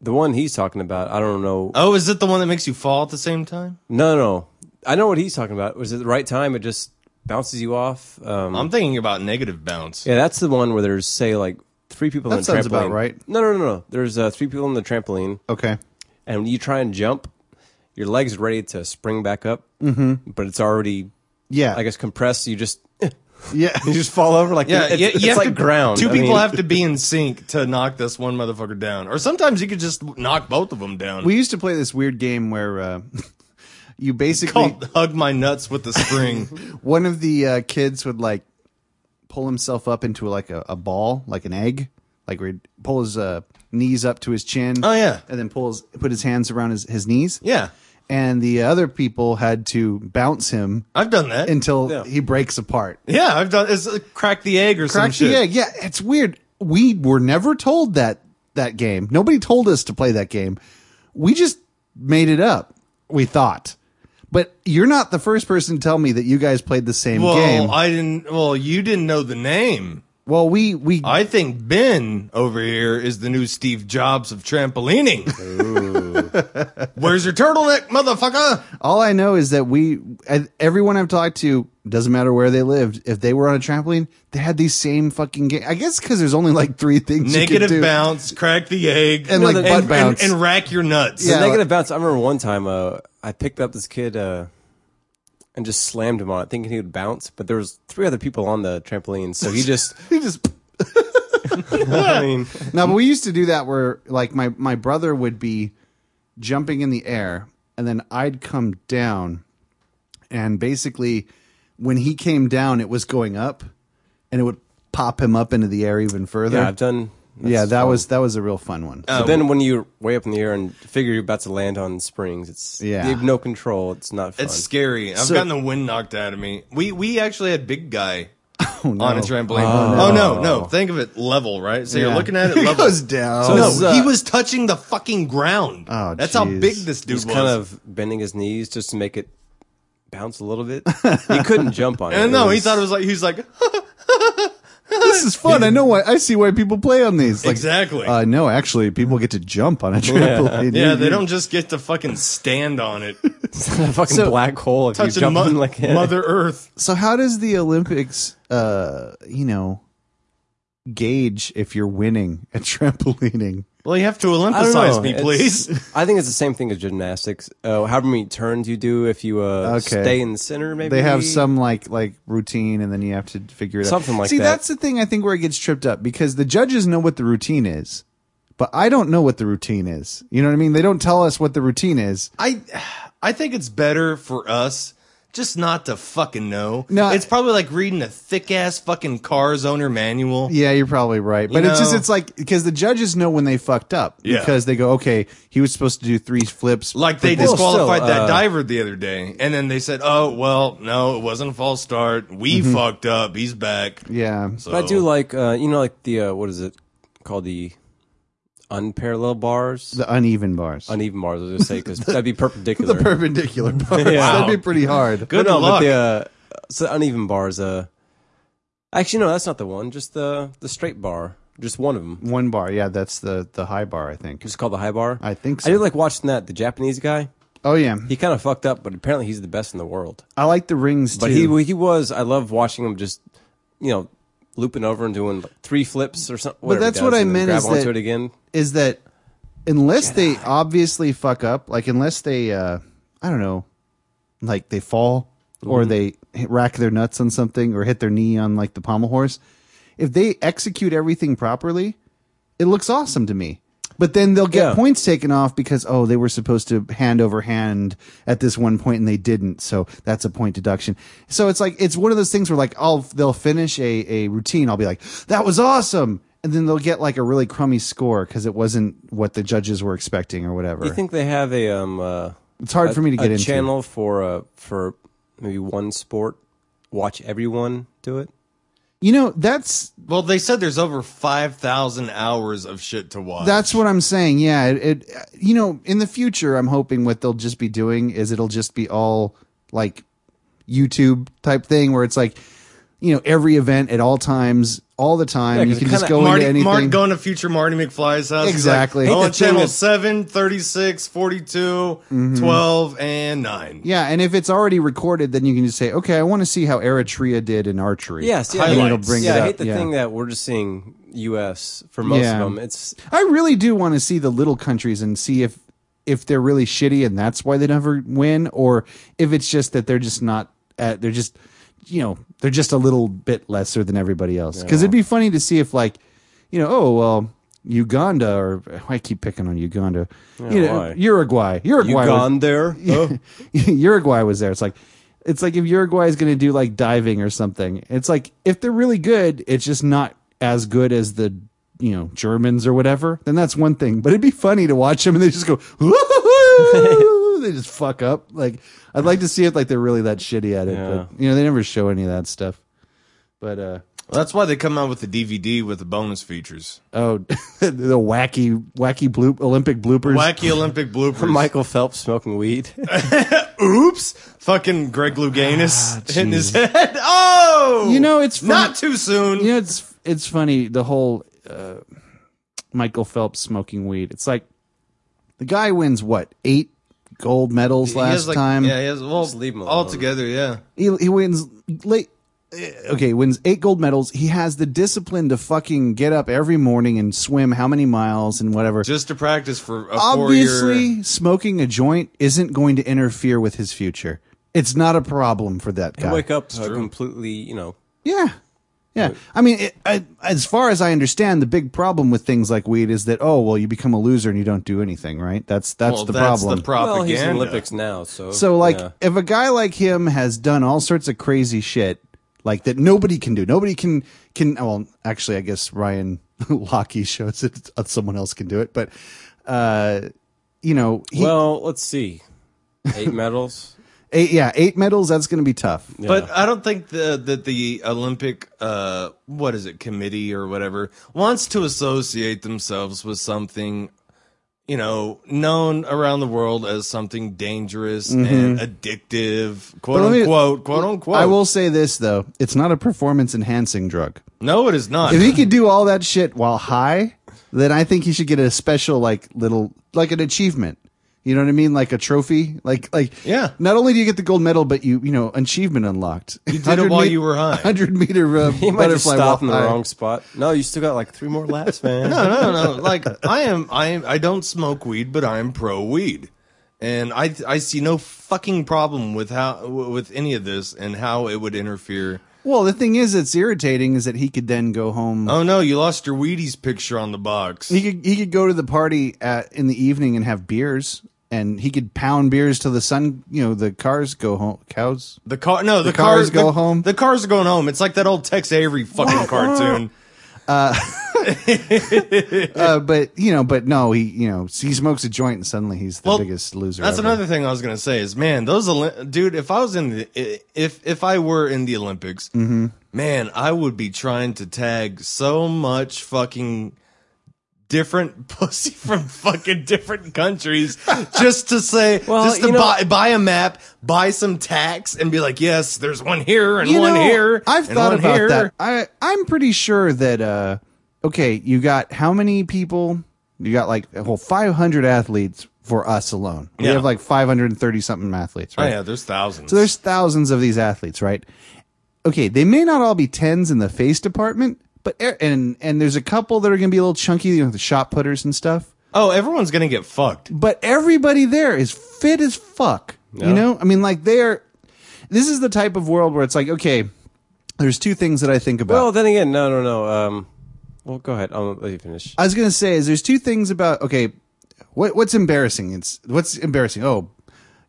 Speaker 4: the one he's talking about, I don't know.
Speaker 2: Oh, is it the one that makes you fall at the same time?
Speaker 4: No, no. I know what he's talking about. Was it the right time? It just bounces you off. Um,
Speaker 2: I'm thinking about negative bounce.
Speaker 4: yeah, that's the one where there's say like three people
Speaker 1: That
Speaker 4: on the trampoline.
Speaker 1: sounds about right.
Speaker 4: No, no, no, no. There's uh, three people on the trampoline,
Speaker 1: okay.
Speaker 4: and when you try and jump, your leg's ready to spring back up, mm-hmm. but it's already,
Speaker 1: Yeah.
Speaker 4: I guess, compressed. You just
Speaker 1: yeah.
Speaker 4: you just fall over like
Speaker 2: Yeah,
Speaker 4: it's,
Speaker 2: you, you
Speaker 4: it's
Speaker 2: have
Speaker 4: like
Speaker 2: to,
Speaker 4: ground.
Speaker 2: Two
Speaker 4: I
Speaker 2: people
Speaker 4: mean-
Speaker 2: have to be in sync to knock this one motherfucker down, or sometimes you could just knock both of them down.
Speaker 1: we used to play this weird game where uh, you basically
Speaker 2: called "Hug My Nuts" with the spring.
Speaker 1: one of the uh, kids would like pull himself up into like a, a ball, like an egg, like where he'd pull his uh, knees up to his chin.
Speaker 2: Oh, yeah.
Speaker 1: and then pull his, put his hands around his, his knees.
Speaker 2: yeah,
Speaker 1: and the other people had to bounce him
Speaker 2: I've done that.
Speaker 1: until
Speaker 4: Yeah.
Speaker 1: he breaks apart.
Speaker 2: yeah, I've done. It's uh, crack the egg or some
Speaker 1: Crack
Speaker 2: shit.
Speaker 1: the egg. Yeah, it's weird. We were never told that that game. Nobody told us to play that game. We just made it up. We thought. But you're not the first person to tell me that you guys played the same
Speaker 2: Well,
Speaker 1: game.
Speaker 2: I didn't. Well, you didn't know the name.
Speaker 1: well, we we
Speaker 2: I think Ben over here is the new Steve Jobs of trampolining. Where's your turtleneck, motherfucker?
Speaker 1: all I know is that we I- everyone I've talked to doesn't matter where they lived. If they were on a trampoline, they had these same fucking game. I guess because there's only like three things you could
Speaker 2: Negative
Speaker 1: do.
Speaker 2: bounce, crack the egg,
Speaker 1: And, like,
Speaker 2: and,
Speaker 1: butt
Speaker 2: and-
Speaker 1: bounce.
Speaker 2: and rack your nuts.
Speaker 1: Yeah.
Speaker 4: The negative bounce. I remember one time uh, I picked up this kid uh, and just slammed him on it, thinking he would bounce. But there was three other people on the trampoline, so he just.
Speaker 1: You just
Speaker 4: I mean,
Speaker 1: No, but we used to do that where like my my brother would be jumping in the air and then I'd come down and basically when he came down it was going up and it would pop him up into the air even further.
Speaker 4: yeah, I've done. that's
Speaker 1: Yeah, that
Speaker 2: Oh.
Speaker 1: um,
Speaker 4: fun.
Speaker 1: was that was a real fun one.
Speaker 2: Uh,
Speaker 4: But then when you're way up in the air and figure you're about to land on springs, it's
Speaker 1: Yeah.
Speaker 4: you have no control. It's not fun.
Speaker 2: It's scary. I've
Speaker 1: So-
Speaker 2: gotten the wind knocked out of me. We we actually had big guy
Speaker 1: no.
Speaker 2: on a trampoline. Oh, no, no. Think of it level, right? So you're
Speaker 1: Yeah.
Speaker 2: looking at it
Speaker 1: He
Speaker 2: level.
Speaker 1: goes down.
Speaker 4: So
Speaker 2: no,
Speaker 4: this is, uh,
Speaker 2: he was touching the fucking ground.
Speaker 1: Oh,
Speaker 2: That's how
Speaker 1: jeez.
Speaker 2: big this dude was.
Speaker 4: He's kind of bending his knees just to make it bounce a little bit. he couldn't jump on it.
Speaker 2: and no,
Speaker 4: It
Speaker 2: he thought it was like he's like
Speaker 1: this is fun. I know why I see why people play on these. Like,
Speaker 2: Exactly.
Speaker 1: Uh, no, actually, people get to jump on a trampoline.
Speaker 2: yeah.
Speaker 1: You-
Speaker 2: They
Speaker 1: you-
Speaker 2: don't just get to fucking stand on it.
Speaker 4: a fucking
Speaker 1: So-
Speaker 4: black hole. If you
Speaker 2: Touching
Speaker 4: jump
Speaker 2: mo-
Speaker 4: in like
Speaker 2: Mother Earth.
Speaker 1: So how does the Olympics, uh, you know, gauge if you're winning at trampolining?
Speaker 2: Well, you have to
Speaker 4: I don't know.
Speaker 2: Olympicize me,
Speaker 4: It's-
Speaker 2: please.
Speaker 4: I think it's the same thing as gymnastics. Uh, however many turns you do, if you uh,
Speaker 1: Okay.
Speaker 4: stay in the center, maybe
Speaker 1: They have some like like routine, and then you have to figure it out.
Speaker 4: Something like
Speaker 1: See,
Speaker 4: that.
Speaker 1: that's the thing I think where it gets tripped up because the judges know what the routine is, but I don't know what the routine is. You know what I mean? They don't tell us what the routine is.
Speaker 2: I I think it's better for us just not to fucking know.
Speaker 1: No,
Speaker 2: it's
Speaker 1: I-
Speaker 2: probably like reading a thick ass fucking car's owner manual.
Speaker 1: Yeah, you're probably right, but it's just
Speaker 2: know-
Speaker 1: it's like because the judges know when they fucked up
Speaker 2: Yeah.
Speaker 1: because they go, okay, he was supposed to do three flips,
Speaker 2: Like they
Speaker 1: but this-
Speaker 2: disqualified
Speaker 4: still,
Speaker 2: that
Speaker 4: uh,
Speaker 2: diver the other day, and then they said, "Oh well, no, it wasn't a false start. We fucked up. He's back."
Speaker 1: yeah,
Speaker 2: So
Speaker 4: But I do like uh, you know like the uh, what is it called the unparalleled bars,
Speaker 1: the uneven bars,
Speaker 4: uneven bars. I was gonna say because that'd be perpendicular.
Speaker 1: the perpendicular bars. That'd be pretty hard.
Speaker 2: good
Speaker 4: no,
Speaker 2: luck.
Speaker 4: but the uh, so the uneven bars. Uh, actually, no, that's not the one. Just the the straight bar. Just one of them.
Speaker 1: One bar, yeah, that's the the high bar, I think.
Speaker 4: Just called the high bar.
Speaker 1: I think
Speaker 4: I
Speaker 1: so.
Speaker 4: did like watching that. The Japanese guy.
Speaker 1: Oh yeah,
Speaker 4: He kind of fucked up, but apparently he's the best in the world.
Speaker 1: I like the rings
Speaker 4: But
Speaker 1: too.
Speaker 4: he he was. I love watching him just, you know, looping over and doing like three flips or something. But
Speaker 1: that's what I meant
Speaker 4: Grab
Speaker 1: is
Speaker 4: onto
Speaker 1: that-
Speaker 4: it again.
Speaker 1: is that unless they obviously fuck up, like unless they, uh I don't know, like they fall
Speaker 4: Mm-hmm.
Speaker 1: or they hit- rack their nuts on something or hit their knee on like the pommel horse. If they execute everything properly, it looks awesome to me. But then they'll get
Speaker 4: Yeah.
Speaker 1: points taken off because oh they were supposed to hand over hand at this one point and they didn't, so that's a point deduction. So it's like it's one of those things where like I'll they'll finish a a routine, I'll be like that was awesome, and then they'll get like a really crummy score because it wasn't what the judges were expecting or whatever.
Speaker 4: You think they have a um? Uh,
Speaker 1: It's hard
Speaker 4: a-
Speaker 1: for me to get
Speaker 4: a
Speaker 1: into.
Speaker 4: channel for uh for maybe one sport. Watch everyone do it.
Speaker 1: you know that's
Speaker 2: well, they said there's over five thousand hours of shit to watch.
Speaker 1: That's what I'm saying. Yeah, it, it. You know, in the future, I'm hoping what they'll just be doing is it'll just be all like YouTube type thing where it's like, you know, every event at all times, all the time.
Speaker 5: Yeah, 'cause
Speaker 1: you
Speaker 5: it
Speaker 1: can just
Speaker 5: kinda-
Speaker 1: go
Speaker 2: Marty,
Speaker 1: into anything.
Speaker 2: Marty going to future Marty McFly's house. He's
Speaker 1: Exactly.
Speaker 2: Like, oh,
Speaker 5: Ain't
Speaker 2: on
Speaker 5: the thing
Speaker 2: channel
Speaker 5: is-
Speaker 2: 7, 36, 42, 12, and 9.
Speaker 1: Mm-hmm. yeah, and if it's already recorded, then you can just say, okay, I want to see how Eritrea did in archery.
Speaker 5: Yes, yeah,
Speaker 1: And
Speaker 2: Highlights.
Speaker 1: it'll bring
Speaker 5: yeah,
Speaker 1: it
Speaker 5: I
Speaker 1: up.
Speaker 5: hate the
Speaker 1: yeah.
Speaker 5: thing that we're just seeing U.S. for most
Speaker 1: Yeah.
Speaker 5: of them. It's
Speaker 1: I really do want to see the little countries and see if if they're really shitty and that's why they never win, or if it's just that they're just not at they're just you know they're just a little bit lesser than everybody else. Because it'd be funny to see if like you know oh well Uganda or I keep picking on Uganda, you know
Speaker 5: why?
Speaker 1: Uruguay, Uruguay, was-
Speaker 5: gone there. Oh.
Speaker 1: Uruguay was there. It's like it's like if Uruguay is going to do like diving or something. It's like if they're really good, it's just not as good as the you know Germans or whatever. Then that's one thing. But it'd be funny to watch them and they just go. they just fuck up. Like I'd like to see if like they're really that shitty at it.
Speaker 5: Yeah.
Speaker 1: But you know they never show any of that stuff. But uh
Speaker 2: Well, that's why they come out with the DVD with the bonus features.
Speaker 1: oh, the wacky wacky bloop Olympic bloopers.
Speaker 2: Wacky Olympic bloopers.
Speaker 5: Michael Phelps smoking weed.
Speaker 2: Oops. Fucking Greg Louganis hitting his head. Oh!
Speaker 1: Ah, You know, it's fun-
Speaker 2: Not too soon.
Speaker 1: you know it's it's funny the whole uh, Michael Phelps smoking weed. It's like the guy wins what eight gold medals
Speaker 2: He
Speaker 1: last
Speaker 2: has, like-
Speaker 1: time.
Speaker 2: Yeah, he has. Well,
Speaker 5: Just leave him alone.
Speaker 2: all together, yeah.
Speaker 1: He he wins late. eh, Okay, he wins eight gold medals. He has the discipline to fucking get up every morning and swim how many miles and whatever.
Speaker 2: Just to practice for a
Speaker 1: Obviously,
Speaker 2: four-year...
Speaker 1: smoking a joint isn't going to interfere with his future. It's not a problem for that guy.
Speaker 5: Wake up uh, completely, you know.
Speaker 1: Yeah. Yeah. I mean, it, I, as far as I understand, the big problem with things like weed is that, oh, well, you become a loser and you don't do anything, right? That's, that's
Speaker 2: Well,
Speaker 1: the
Speaker 2: that's
Speaker 1: problem.
Speaker 2: the propaganda.
Speaker 5: Well, he's in the Olympics now, so
Speaker 1: so, like,
Speaker 5: yeah.
Speaker 1: if a guy like him has done all sorts of crazy shit, like that nobody can do, nobody can, can, well, actually, I guess Ryan Lochte shows that someone else can do it, but, uh, you know, he,
Speaker 5: well, let's see, eight medals.
Speaker 1: eight, yeah, eight medals, that's going to be tough.
Speaker 2: But I don't think the, that the Olympic, uh, what is it, committee or whatever, wants to associate themselves with something, you know, known around the world as something dangerous and addictive,
Speaker 1: Mm-hmm. But
Speaker 2: quote
Speaker 1: let me-
Speaker 2: unquote, quote unquote.
Speaker 1: I will say this, though, it's not a performance enhancing drug.
Speaker 2: No, it is not.
Speaker 1: if he could do all that shit while high, then I think he should get a special like little like an achievement. You know what I mean? Like a trophy. Like like
Speaker 2: Yeah.
Speaker 1: Not only do you get the gold medal, but you you know achievement unlocked. You
Speaker 2: did it while you were high.
Speaker 1: Hundred meter uh,
Speaker 5: He might just
Speaker 1: butterfly
Speaker 5: stop in
Speaker 1: walk
Speaker 5: the
Speaker 1: high.
Speaker 5: wrong spot. No, you still got like three more laps, man.
Speaker 2: no, no, no. Like I am, I am, I don't smoke weed, but I am pro weed, and I, I see no fucking problem with how with any of this and how it would interfere.
Speaker 1: Well, the thing is, that's irritating is that he could then go home.
Speaker 2: Oh no, you lost your Wheaties picture on the box.
Speaker 1: He could he could go to the party at, in the evening and have beers, and he could pound beers till the sun. You know, the cars go home. Cows.
Speaker 2: The car, no, the,
Speaker 1: The cars
Speaker 2: car-
Speaker 1: go
Speaker 2: the-
Speaker 1: home?
Speaker 2: The cars are going home. It's like that old Tex Avery fucking cartoon.
Speaker 1: Uh, but you know, but no, he you know he smokes a joint and suddenly he's the
Speaker 2: Well,
Speaker 1: biggest loser.
Speaker 2: That's
Speaker 1: ever.
Speaker 2: another thing I was gonna say is, man, those Oli- dude. If I was in the if if I were in the Olympics,
Speaker 1: Mm-hmm.
Speaker 2: man, I would be trying to tag so much fucking different pussy from fucking different countries just to say
Speaker 5: Well,
Speaker 2: just to
Speaker 5: you know-
Speaker 2: buy buy a map, buy some tax, and be like, yes, there's one here and
Speaker 1: You
Speaker 2: one
Speaker 1: know,
Speaker 2: here.
Speaker 1: I've
Speaker 2: and
Speaker 1: thought
Speaker 2: one
Speaker 1: about
Speaker 2: here.
Speaker 1: that. I I'm pretty sure that uh okay, you got how many people? You got like well 500 athletes for us alone. We
Speaker 2: Yeah.
Speaker 1: have like 530 something athletes,
Speaker 2: Oh
Speaker 1: right?
Speaker 2: yeah, there's thousands.
Speaker 1: So there's thousands of these athletes, right? Okay, they may not all be tens in the face department, but e- and and there's a couple that are going to be a little chunky, you know, the shot putters and stuff.
Speaker 2: oh, everyone's gonna get fucked.
Speaker 1: but everybody there is fit as fuck. You know, I mean, like they're. This is the type of world where it's like, okay, there's two things that I think about.
Speaker 5: Well, then again, no, no, no. Um, well, go ahead. I'll let you finish.
Speaker 1: I was gonna say is there's two things about okay, what what's embarrassing? It's what's embarrassing. Oh,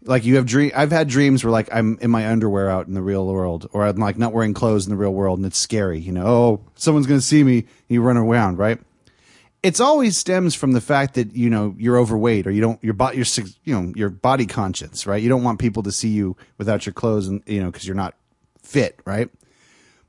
Speaker 1: like you have dream. I've had dreams where like I'm in my underwear out in the real world, or I'm like not wearing clothes in the real world, and it's scary. You know, oh, someone's gonna see me. You run around, right? It's always stems from the fact that you know you're overweight or you don't your body your sig- you know your body conscience, right? You don't want people to see you without your clothes, and you know because you're not fit, right?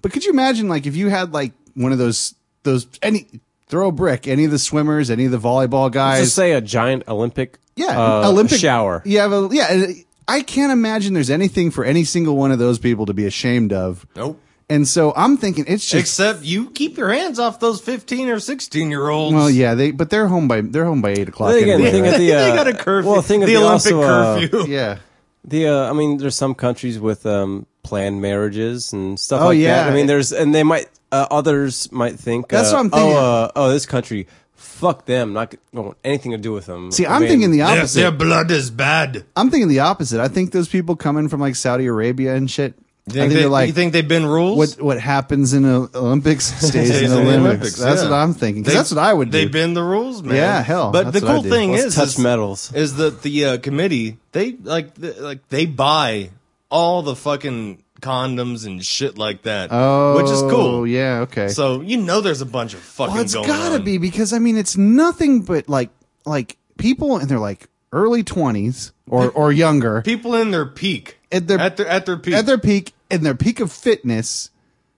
Speaker 1: But could you imagine, like, if you had like one of those those any throw a brick, any of the swimmers, any of the volleyball
Speaker 5: Let's just
Speaker 1: guys,
Speaker 5: say Uh, a giant Olympic,
Speaker 1: yeah,
Speaker 5: uh, shower.
Speaker 1: You have a yeah. I can't imagine there's anything for any single one of those people to be ashamed of.
Speaker 2: Nope.
Speaker 1: And so I'm thinking it's just
Speaker 2: Except you keep your hands off those 15 or 16 year olds.
Speaker 1: well, yeah, they but they're home by they're home by eight o'clock.
Speaker 5: Then again,
Speaker 1: anyway,
Speaker 5: thing
Speaker 1: right?
Speaker 5: of the, uh,
Speaker 2: they got a curfew.
Speaker 5: Well, thing of
Speaker 2: the
Speaker 5: the
Speaker 2: Olympic
Speaker 5: also, uh,
Speaker 2: curfew.
Speaker 1: yeah,
Speaker 5: The uh, I mean, there's some countries with um, planned marriages and stuff
Speaker 1: Oh,
Speaker 5: like
Speaker 1: yeah.
Speaker 5: that. I mean, there's and they might uh, others might think
Speaker 1: That's
Speaker 5: uh,
Speaker 1: what I'm thinking.
Speaker 5: Oh, uh, oh, this country, fuck them. Not don't want anything to do with them.
Speaker 1: See,
Speaker 5: I
Speaker 1: I'm
Speaker 5: mean,
Speaker 1: thinking the
Speaker 2: Their-
Speaker 1: opposite.
Speaker 2: Their blood is bad.
Speaker 1: I'm thinking the opposite. I think those people coming from like Saudi Arabia and shit. I think
Speaker 2: they-
Speaker 1: they're like
Speaker 2: you think they've been rules?
Speaker 1: what what happens in the Olympics stays
Speaker 2: Stays
Speaker 1: in the
Speaker 2: in the
Speaker 1: Olympics.
Speaker 2: Olympics,
Speaker 1: That's
Speaker 2: yeah.
Speaker 1: what I'm thinking. 'cause
Speaker 2: They-
Speaker 1: that's what I would
Speaker 2: They
Speaker 1: do.
Speaker 2: bend the rules, man.
Speaker 1: Yeah, hell,
Speaker 2: But the
Speaker 1: that's what I
Speaker 2: cool
Speaker 1: do.
Speaker 2: thing
Speaker 5: Let's
Speaker 2: is,
Speaker 5: touch
Speaker 2: is,
Speaker 5: medals.
Speaker 2: is that the uh, committee they like th- like they buy all the fucking condoms and shit like that,
Speaker 1: oh,
Speaker 2: which is cool.
Speaker 1: Yeah, okay.
Speaker 2: So you know, there's a bunch of fucking.
Speaker 1: Well, Oh, it's
Speaker 2: going
Speaker 1: gotta
Speaker 2: on.
Speaker 1: be because I mean it's nothing but like like people in their like early twenties or or younger
Speaker 2: people in their peak
Speaker 1: At their-
Speaker 2: at their at their peak.
Speaker 1: at their peak in their peak of fitness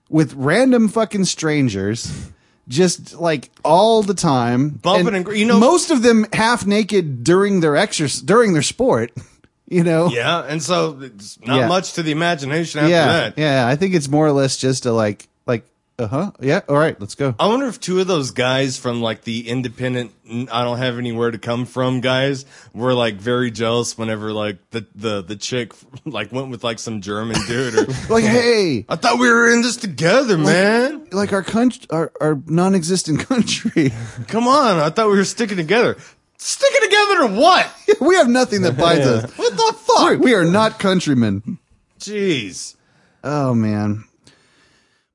Speaker 1: with random fucking strangers. Just like all the time,
Speaker 2: Bumping and gr- you know-
Speaker 1: most of them half naked during their exercise during their sport. You know,
Speaker 2: yeah, and so it's not
Speaker 1: Yeah.
Speaker 2: much to the imagination after
Speaker 1: yeah,
Speaker 2: that.
Speaker 1: yeah. I think it's more or less just a like, like, uh huh, yeah, all right, let's go.
Speaker 2: I wonder if two of those guys from like the independent, n- I don't have anywhere to come from guys were like very jealous whenever like the, the, the chick like went with like some German dude or
Speaker 1: Like, hey,
Speaker 2: I thought we were in this together, man.
Speaker 1: like our country, our, our non-existent country,
Speaker 2: Come on. I thought we were sticking together. Sticking together to what?
Speaker 1: we have nothing that binds us.
Speaker 2: What the fuck?
Speaker 1: We- We are not countrymen.
Speaker 2: Jeez.
Speaker 1: Oh man,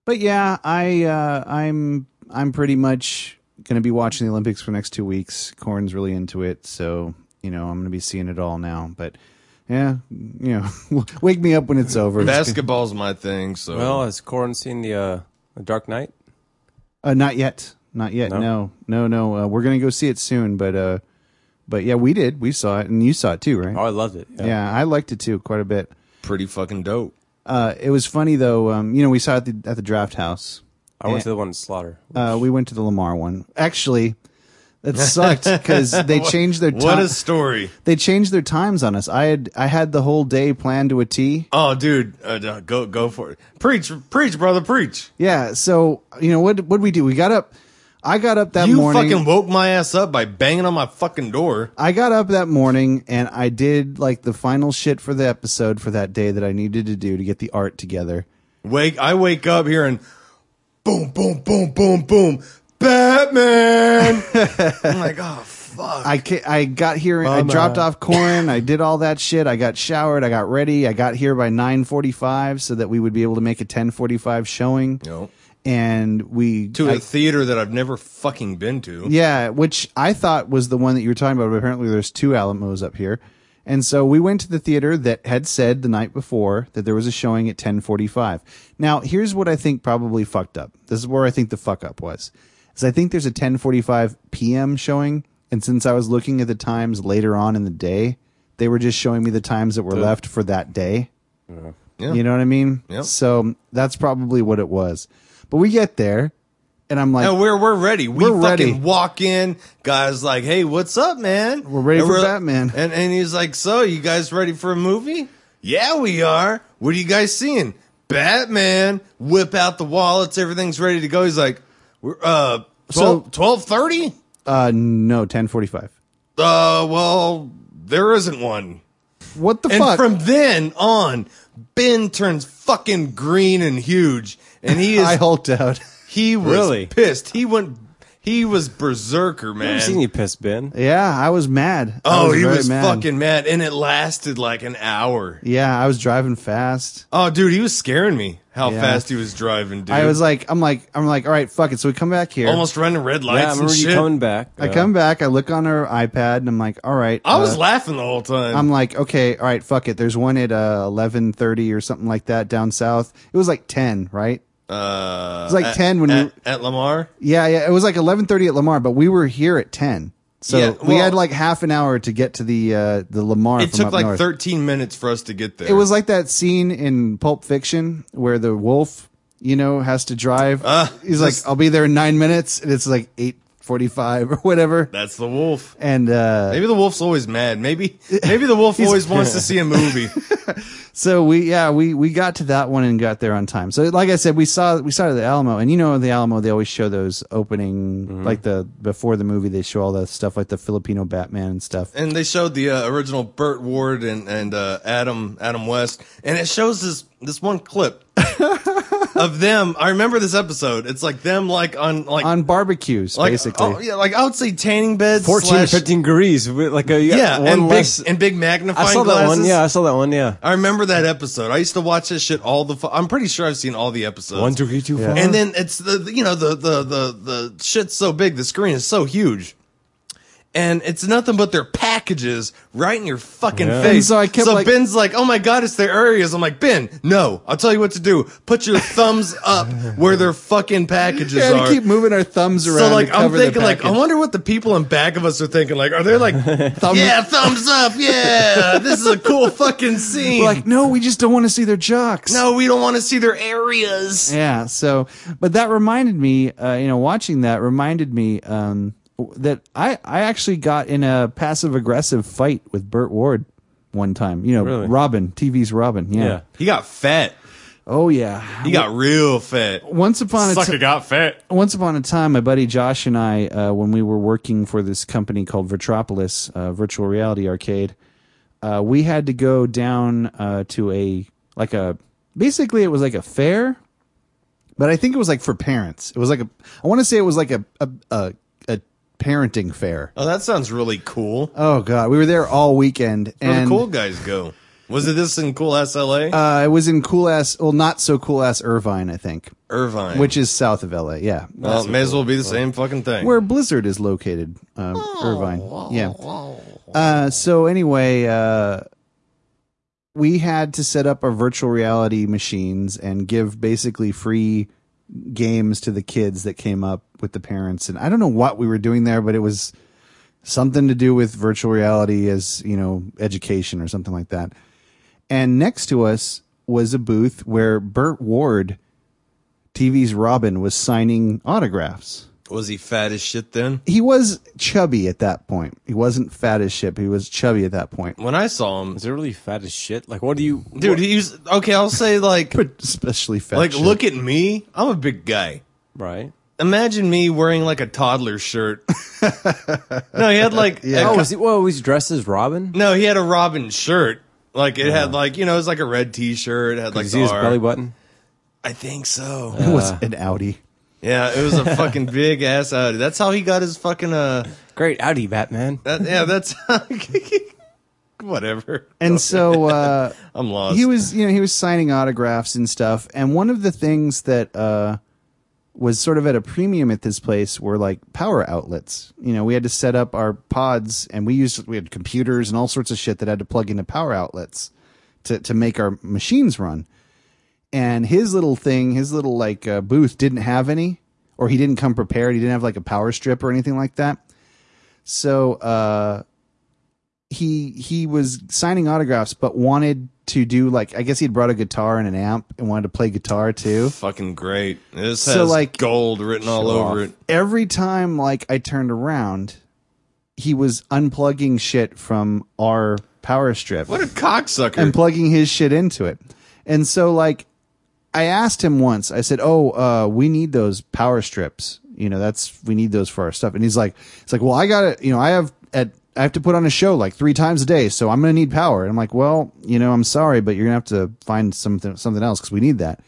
Speaker 1: but yeah, I, uh, I'm, I'm pretty much gonna be watching the Olympics for the next two weeks. Corn's really into it, so you know I'm gonna be seeing it all now. But yeah, you know, wake me up when it's over.
Speaker 2: Basketball's my thing. So
Speaker 5: Well, has Corin seen the uh, the Dark Knight?
Speaker 1: Uh, not yet. Not yet. No.
Speaker 5: No?
Speaker 1: No. No. Uh, we're gonna go see it soon, but uh, but yeah, we did. We saw it, and you saw it too, right?
Speaker 5: Oh, I loved it. Yeah.
Speaker 1: yeah, I liked it too quite a bit.
Speaker 2: pretty fucking dope.
Speaker 1: Uh, it was funny though. Um, you know, we saw it at the, at the Draft House.
Speaker 5: I went to the one in Slaughter.
Speaker 1: Uh, we went to the Lamar one. Actually, that sucked because they changed their
Speaker 2: What
Speaker 1: time.
Speaker 2: a story.
Speaker 1: they changed their times on us. I had I had the whole day planned to a T.
Speaker 2: Oh, dude, uh, uh, go, go for it. Preach, preach, brother, preach.
Speaker 1: Yeah. So you know what? What we do? We got up. I got up that
Speaker 2: you
Speaker 1: morning.
Speaker 2: fucking woke my ass up by banging on my fucking door.
Speaker 1: I got up that morning and I did like the final shit for the episode for that day that I needed to do to get the art together.
Speaker 2: Wake! I wake up hearing boom, boom, boom, boom, boom. Batman. I'm like, oh fuck.
Speaker 1: I ca- I got here. I dropped off corn. I did all that shit. I got showered. I got ready. I got here by nine forty-five so that we would be able to make a ten forty-five showing.
Speaker 2: No.
Speaker 1: And we
Speaker 2: to a
Speaker 1: I-
Speaker 2: theater that I've never fucking been to.
Speaker 1: Yeah, which I thought was the one that you were talking about, but apparently there's two Alamos up here. And so we went to the theater that had said the night before that there was a showing at 10:45. Now, here's what I think probably fucked up. This is where I think the fuck up was. Is I think there's a 10:45 p.m. showing, and since I was looking at the times later on in the day, they were just showing me the times that were left for that day.
Speaker 2: Yeah.
Speaker 1: You know what I mean?
Speaker 2: Yep.
Speaker 1: So that's probably what it was. But we get there, and I'm like,
Speaker 2: And we're we're ready. We
Speaker 1: We're ready.
Speaker 2: fucking walk in. Guys, like, hey, what's up, man?
Speaker 1: We're ready
Speaker 2: And
Speaker 1: for Batman.
Speaker 2: And and he's like, so you guys ready for a movie? Yeah, we are. What are you guys seeing? Batman. Whip out the wallets. Everything's ready to go. He's like, we're uh,
Speaker 1: So-
Speaker 2: twelve thirty.
Speaker 1: Uh, no, ten forty-five.
Speaker 2: Uh, well, there isn't one.
Speaker 1: What the
Speaker 2: And
Speaker 1: fuck?
Speaker 2: from then on, Ben turns fucking green and huge, and he
Speaker 1: I
Speaker 2: is
Speaker 1: hulked out.
Speaker 2: he was
Speaker 5: Really?
Speaker 2: pissed. He went, he was berserker,
Speaker 5: I've seen you
Speaker 2: man.
Speaker 5: piss, Ben.
Speaker 1: yeah, I was mad. I
Speaker 2: Oh, he
Speaker 1: very
Speaker 2: was
Speaker 1: mad.
Speaker 2: fucking mad, and it lasted like an hour.
Speaker 1: Yeah, I was driving fast.
Speaker 2: Oh, dude, he was scaring me. How
Speaker 1: Yeah.
Speaker 2: fast he was driving, dude.
Speaker 1: I was like, I'm like, I'm like, all right, fuck it. So we come back here.
Speaker 2: almost running red
Speaker 5: Yeah, I
Speaker 2: lights and
Speaker 5: remember you
Speaker 2: shit.
Speaker 5: coming back. Uh,
Speaker 1: I come back. I look on her iPad, and I'm like, all right.
Speaker 2: I was
Speaker 1: uh,
Speaker 2: laughing the whole time.
Speaker 1: I'm like, okay, all right, fuck it. There's one at uh, 11:30 or something like that down south. It was like 10, right?
Speaker 2: uh,
Speaker 1: was like
Speaker 2: at-
Speaker 1: 10 when we-
Speaker 2: at, at Lamar.
Speaker 1: Yeah, yeah. It was like 11:30 at Lamar, but we were here at 10. So
Speaker 2: Yeah,
Speaker 1: we
Speaker 2: well-
Speaker 1: had like half an hour to get to the uh, the Lamar.
Speaker 2: It
Speaker 1: from
Speaker 2: took
Speaker 1: up
Speaker 2: like
Speaker 1: north.
Speaker 2: 13 minutes for us to get there.
Speaker 1: It was like that scene in Pulp Fiction where the wolf, you know, has to drive.
Speaker 2: Ah,
Speaker 1: He's
Speaker 2: this-
Speaker 1: like, "I'll be there in nine minutes," and it's like eight 45 or whatever.
Speaker 2: That's the wolf.
Speaker 1: And uh,
Speaker 2: Maybe the wolf's always mad. Maybe maybe the wolf always wants to see a movie.
Speaker 1: so we yeah we we got to that one and got there on time. So like I said, we saw we saw the Alamo, and you know the Alamo they always show those opening
Speaker 2: Mm-hmm.
Speaker 1: like the before the movie they show all the stuff like the Filipino Batman and stuff.
Speaker 2: and they showed the uh, original Burt Ward and and uh, Adam Adam West, and it shows this this one clip of them. I remember this episode. It's like them like on like
Speaker 1: on barbecues
Speaker 2: like
Speaker 1: basically.
Speaker 2: oh, yeah, like I would say tanning beds
Speaker 5: 14,
Speaker 2: slash,
Speaker 5: 15 degrees. with, Like a,
Speaker 2: yeah,
Speaker 5: one
Speaker 2: and big
Speaker 5: less.
Speaker 2: and big magnifying.
Speaker 5: I saw that
Speaker 2: glasses. Oh,
Speaker 5: one. Yeah, I saw that one. Yeah.
Speaker 2: I remember that episode. I used to watch this shit all the. Fu- I'm pretty sure I've seen all the episodes.
Speaker 5: One degree too far.
Speaker 1: Uh-huh.
Speaker 2: And then it's the the- you know the the the the shit's so big, the screen is so huge. And it's nothing but their packages right in your fucking
Speaker 5: Yeah.
Speaker 2: face.
Speaker 1: And so I kept like-
Speaker 2: Ben's like, "Oh my god, it's their areas." I'm like, "Ben, no. I'll tell you what to do. Put your thumbs up where their fucking packages
Speaker 1: yeah,
Speaker 2: are."
Speaker 1: we keep moving our thumbs around.
Speaker 2: so like,
Speaker 1: to
Speaker 2: I'm
Speaker 1: cover the
Speaker 2: thinking like, I
Speaker 1: package.
Speaker 2: wonder what the people in back of us are thinking. Like, are they like,
Speaker 1: Thumbs-
Speaker 2: "Yeah, thumbs up. Yeah, this is a cool fucking scene."
Speaker 1: We're like no, we just don't want to see their jocks.
Speaker 2: no, we don't want to see their areas.
Speaker 1: Yeah. So, but that reminded me, uh, you know, watching that reminded me um, w- that I, I actually got in a passive aggressive fight with Burt Ward one time. You know,
Speaker 5: Really?
Speaker 1: Robin, TV's Robin. Yeah.
Speaker 5: yeah.
Speaker 2: He got fat.
Speaker 1: Oh yeah.
Speaker 2: He got real fat.
Speaker 1: Once upon a
Speaker 2: Sucker
Speaker 1: t-
Speaker 2: got fat.
Speaker 1: once upon a time, my buddy Josh and I, uh, when we were working for this company called Virtropolis uh, Virtual Reality Arcade, uh, we had to go down uh, to a like a basically it was like a fair, but I think it was like for parents. It was like a I want to say it was like a a, a a parenting fair.
Speaker 2: Oh, that sounds really cool.
Speaker 1: Oh god, we were there all weekend
Speaker 2: Where
Speaker 1: and
Speaker 2: the cool guys go? Was it this in cool ass LA?
Speaker 1: uh, it was in cool ass well not so cool ass Irvine I think,
Speaker 2: Irvine.
Speaker 1: which is south of LA. Yeah,
Speaker 2: well, it may as well be the same fucking thing.
Speaker 1: where Blizzard is located, um, Irvine. yeah. Uh, so anyway, uh, we had to set up our virtual reality machines and give basically free games to the kids that came up with the parents. And I don't know what we were doing there, but it was something to do with virtual reality as you know education or something like that. And next to us was a booth where Burt Ward, TV's Robin, was signing autographs
Speaker 2: was he fat as shit then?
Speaker 1: he was chubby at that point. He wasn't fat as shit. But he was chubby at that point.
Speaker 2: When I saw him,
Speaker 5: Is it really fat as shit? Like, what do you,
Speaker 2: dude, he was okay. I'll say like,
Speaker 1: But especially fat.
Speaker 2: like
Speaker 1: shit.
Speaker 2: look at me. I'm a big guy.
Speaker 5: Right.
Speaker 2: Imagine me wearing like a toddler shirt. no, he had like a
Speaker 5: Oh, was he? Well, was he dressed as Robin?
Speaker 2: No, he had a Robin shirt. Like it had like you know it was like a red T-shirt. It had like
Speaker 5: Is
Speaker 2: the
Speaker 5: he his
Speaker 2: R.
Speaker 5: belly button?
Speaker 2: I think so.
Speaker 1: it was an Audi.
Speaker 2: Yeah, it was a fucking big ass Audi. That's how he got his fucking uh.
Speaker 5: Great Audi, Batman.
Speaker 2: That, yeah, that's whatever.
Speaker 1: And so uh,
Speaker 2: I'm lost.
Speaker 1: he was, you know, he was signing autographs and stuff. And one of the things that uh, was sort of at a premium at this place were like power outlets. You know, we had to set up our pods, and we used we had computers and all sorts of shit that had to plug into power outlets to to make our machines run. and his little thing, his little like uh, booth didn't have any, or he didn't come prepared. He didn't have like a power strip or anything like that. So uh, he he was signing autographs, but wanted to do like I guess he'd brought a guitar and an amp and wanted to play guitar too.
Speaker 2: fucking great. This
Speaker 1: So,
Speaker 2: has
Speaker 1: like-
Speaker 2: gold written all over it.
Speaker 1: Every time like I turned around, he was unplugging shit from our power strip.
Speaker 2: What a cocksucker!
Speaker 1: and plugging his shit into it. And so like I asked him once, I said, Oh, uh, we need those power strips. You know, that's we need those for our stuff. And he's like it's like, Well, I gotta you know, I have at I have to put on a show like three times a day, so I'm gonna need power. And I'm like, Well, you know, I'm sorry, but you're gonna have to find something something else because we need that.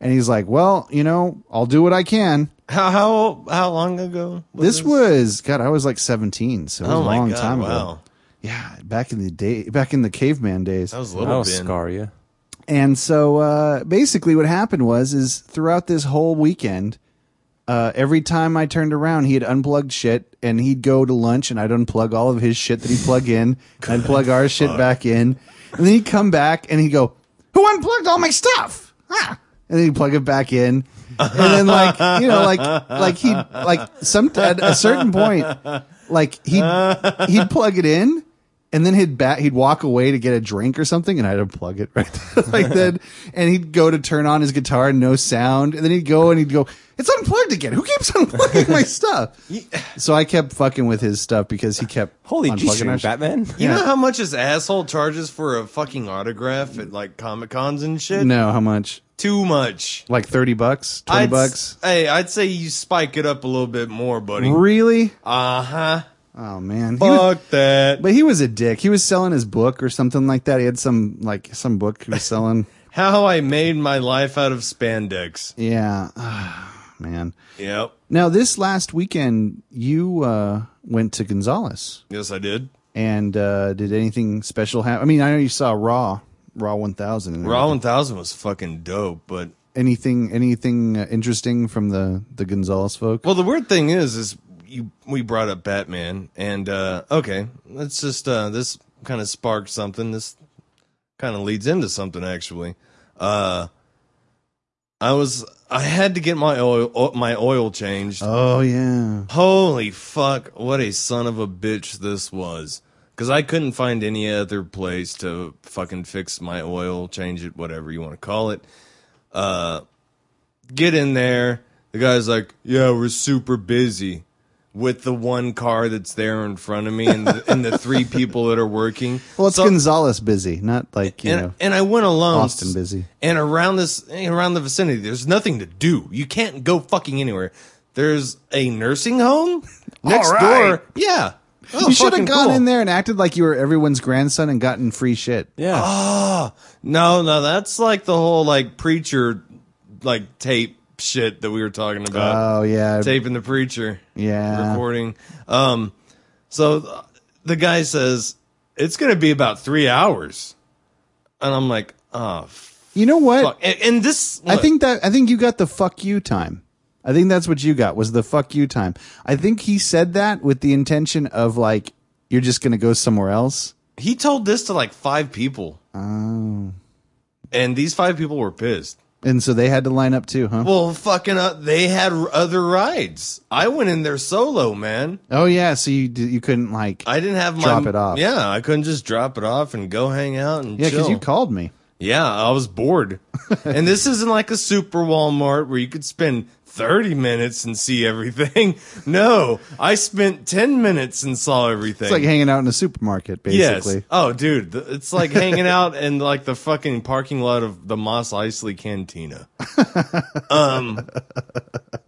Speaker 1: And he's like, Well, you know, I'll do what I can.
Speaker 2: how how how long ago? Was
Speaker 1: This was God, I was like seventeen, so it was
Speaker 2: Oh
Speaker 1: a
Speaker 2: my
Speaker 1: long
Speaker 2: God,
Speaker 1: time
Speaker 2: wow.
Speaker 1: ago. Yeah, back in the day back in the caveman days.
Speaker 2: that was a
Speaker 5: That'll
Speaker 2: little bit.
Speaker 5: scar you.
Speaker 1: And so uh, basically, what happened was is throughout this whole weekend, uh, every time I turned around, he had unplugged shit, and he'd go to lunch, and I'd unplug all of his shit that he'd plug in, and I'd plug our shit back in, and then he'd come back and he'd go, "Who unplugged all my stuff?" Ah! And then he'd plug it back in, and then like you know like like he like some at a certain point like he would he'd plug it in. And then he'd bat, he'd walk away to get a drink or something, and I'd unplug it right there, like then. And he'd go to turn on his guitar, no sound. And then he'd go and he'd go, "It's unplugged again. Who keeps unplugging my stuff?" So I kept fucking with his stuff because he kept
Speaker 5: Holy
Speaker 1: unplugging
Speaker 5: G
Speaker 1: our
Speaker 5: string,
Speaker 1: shit.
Speaker 5: Batman.
Speaker 2: You know how much this asshole charges for a fucking autograph at like Comic Cons and shit?
Speaker 1: No, how much?
Speaker 2: Too much.
Speaker 1: Like thirty bucks, 20
Speaker 2: I'd s-
Speaker 1: bucks.
Speaker 2: Hey, I'd say you spike it up a little bit more, buddy.
Speaker 1: Really?
Speaker 2: Uh huh.
Speaker 1: Oh man. He was-
Speaker 2: Fuck that.
Speaker 1: But he was a dick. He was selling his book or something like that. He had some like some book he was selling.
Speaker 2: How I made my life out of spandex.
Speaker 1: yeah, Ah, man.
Speaker 2: Yep.
Speaker 1: Now this last weekend, you uh, went to Gonzales
Speaker 2: Yes, I did.
Speaker 1: and uh, did anything special happen? I mean, I know you saw Raw, Raw One Thousand. and
Speaker 2: Raw
Speaker 1: everything.
Speaker 2: 1000 was fucking dope, but
Speaker 1: Anything, anything uh, interesting from the the Gonzales folk?
Speaker 2: well, the weird thing is, is you we brought up Batman, and uh okay, let's just uh this kind of sparked something. This kind of leads into something actually. Uh, I was I had to get my oil o- my oil changed.
Speaker 1: oh yeah.
Speaker 2: Holy fuck, what a son of a bitch this was. Because I couldn't find any other place to fucking fix my oil, change it, whatever you want to call it. Uh, get in there. The guy's like, yeah, we're super busy with the one car that's there in front of me and the, and the three people that are working.
Speaker 1: Well, it's
Speaker 2: So-
Speaker 1: Gonzales busy, not like you
Speaker 2: and,
Speaker 1: know.
Speaker 2: and I went alone.
Speaker 1: Austin busy.
Speaker 2: And around this, around the vicinity, there's nothing to do. You can't go fucking anywhere. There's a nursing home next door. Yeah. Oh,
Speaker 1: you should
Speaker 2: fucking
Speaker 1: have gone
Speaker 2: cool.
Speaker 1: in there and acted like you were everyone's grandson and gotten free shit.
Speaker 5: Yeah.
Speaker 2: Oh, No, no, that's like the whole like preacher, like tape shit that we were talking about.
Speaker 1: Oh yeah,
Speaker 2: Taping the preacher.
Speaker 1: Yeah.
Speaker 2: Recording. Um, so th- the guy says it's going to be about three hours, and I'm like, oh
Speaker 1: You know what?
Speaker 2: fuck. And, and this,
Speaker 1: I think that I think you got the fuck you time. I think that's what you got was the fuck you time. I think he said that with the intention of like you're just gonna go somewhere else.
Speaker 2: He told this to like five people. Oh. And these five people were pissed.
Speaker 1: And so they had to line up too, huh?
Speaker 2: Well, fucking up. They had r- other rides. I went in there solo, man.
Speaker 1: oh yeah, so you d- you couldn't like
Speaker 2: I didn't have my
Speaker 1: Drop it off.
Speaker 2: Yeah, I couldn't just drop it off and go hang out and
Speaker 1: yeah because
Speaker 2: chill.
Speaker 1: you called me.
Speaker 2: yeah, I was bored. and this isn't like a super Walmart where you could spend 30 minutes and see everything. No, I spent 10 minutes and saw everything.
Speaker 1: It's like hanging out in a supermarket basically.
Speaker 2: Yes. Oh, dude, th- it's like hanging out in like the fucking parking lot of the Moss Isley Cantina. um,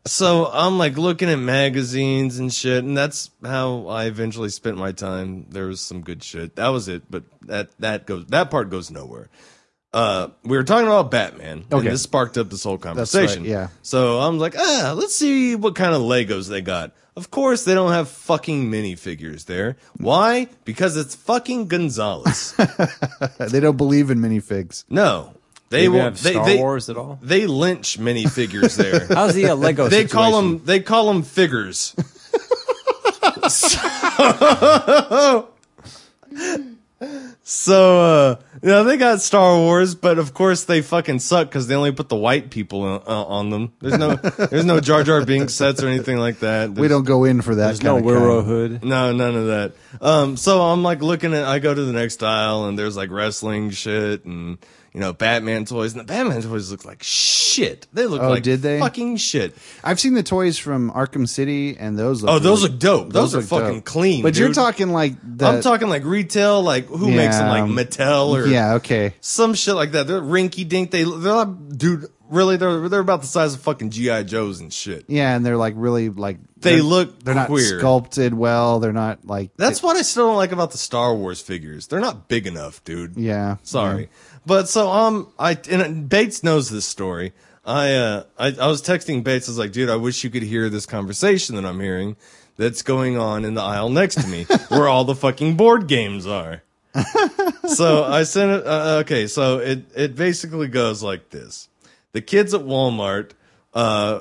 Speaker 2: so I'm like looking at magazines and shit, and that's how I eventually spent my time. There was some good shit. That was it, but that that goes that part goes nowhere. Uh, we were talking about Batman, and
Speaker 1: Okay.
Speaker 2: this sparked up this whole
Speaker 1: right,
Speaker 2: conversation.
Speaker 1: yeah.
Speaker 2: So I'm like, ah, let's see what kind of Legos they got. Of course, they don't have fucking minifigures there. Why? Because it's fucking Gonzales.
Speaker 1: Uh, They don't believe in minifigs.
Speaker 2: no, they
Speaker 5: They
Speaker 2: will.
Speaker 5: have
Speaker 2: they,
Speaker 5: Star
Speaker 2: they,
Speaker 5: Wars at all?
Speaker 2: They lynch minifigures there.
Speaker 5: How's he a Lego?
Speaker 2: they call
Speaker 5: situation?
Speaker 2: them. They call them figures. So, uh, you know, they got Star Wars, but of course they fucking suck because they only put the white people on, uh, on them. There's no, there's no Jar Jar Binks sets or anything like that.
Speaker 1: We
Speaker 2: There's-
Speaker 1: don't go in for that.
Speaker 5: There's no
Speaker 1: kinda kind.
Speaker 5: Wero hood.
Speaker 2: No, none of that. Um, so I'm like looking at, I go to the next aisle and there's like wrestling shit and, you know, Batman toys. And the Batman toys look like shit. They look
Speaker 1: Oh,
Speaker 2: like
Speaker 1: did they?
Speaker 2: fucking shit.
Speaker 1: I've seen the toys from Arkham City, and those. Look
Speaker 2: Oh, those
Speaker 1: really-
Speaker 2: look dope. Those, are
Speaker 1: look
Speaker 2: fucking
Speaker 1: dope.
Speaker 2: clean.
Speaker 1: But you're
Speaker 2: dude.
Speaker 1: talking like the,
Speaker 2: I'm talking like retail, like who makes them
Speaker 1: Yeah,
Speaker 2: like
Speaker 1: um,
Speaker 2: Mattel or
Speaker 1: Yeah, okay.
Speaker 2: some shit like that. They're rinky dink. They, they're not, dude, really, they're, they're about the size of fucking G.I. Joes and shit.
Speaker 1: Yeah, and they're like really like
Speaker 2: They
Speaker 1: they're-
Speaker 2: look
Speaker 1: they're not
Speaker 2: queer.
Speaker 1: sculpted well. They're not like
Speaker 2: That's what I still don't like about the Star Wars figures. They're not big enough, dude.
Speaker 1: Yeah.
Speaker 2: Sorry. But so um I and Bates knows this story. I uh I, I was texting Bates, I was like, dude, I wish you could hear this conversation that I'm hearing that's going on in the aisle next to me where all the fucking board games are. so I sent it uh, okay, so it it basically goes like this. The kids at Walmart, uh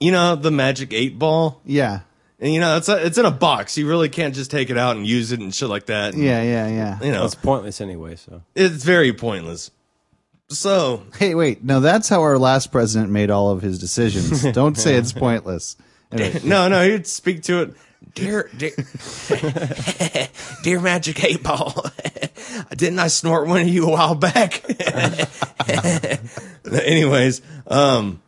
Speaker 2: you know the magic eight ball?
Speaker 1: Yeah.
Speaker 2: And you know, it's a, it's in a box. You really can't just take it out and use it and shit like that. And,
Speaker 1: Yeah, yeah, yeah.
Speaker 2: You know,
Speaker 5: That's pointless anyway. So
Speaker 2: it's very pointless. So
Speaker 1: Hey, wait. No, that's how our last president made all of his decisions. Don't say it's pointless. Anyway,
Speaker 2: no, no, he'd speak to it.
Speaker 6: dear, dear, dear magic eight ball, didn't I snort one of you a while back?
Speaker 2: Anyways, um,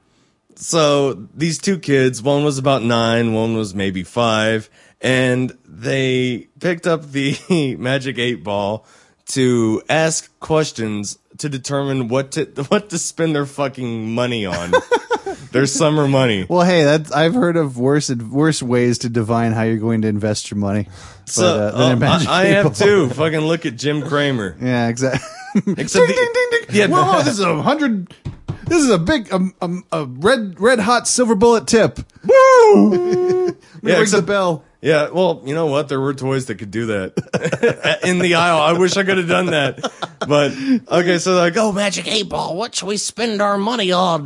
Speaker 2: so these two kids, one was about nine, one was maybe five, and they picked up the magic eight ball to ask questions to determine what to what to spend their fucking money on, their summer money.
Speaker 1: Well, hey, that's, I've heard of worse ad- worse ways to divine how you're going to invest your money. But,
Speaker 2: so
Speaker 1: uh, than
Speaker 2: um,
Speaker 1: a magic
Speaker 2: I, I
Speaker 1: eight
Speaker 2: have
Speaker 1: ball.
Speaker 2: too. Fucking look at Jim Cramer.
Speaker 1: Yeah, exactly. ding,
Speaker 2: Except the-
Speaker 1: ding, ding, ding.
Speaker 2: Yeah.
Speaker 1: Whoa, whoa, this is a hundred. This is a big, um, um, a red, red hot silver bullet tip. Woo!
Speaker 2: Yeah,
Speaker 1: Ring the
Speaker 2: except-
Speaker 1: bell.
Speaker 2: Yeah, well, you know what? There were toys that could do that in the aisle. I wish I could have done that. But okay, so like, oh,
Speaker 6: Oh, magic eight ball, what should we spend our money on?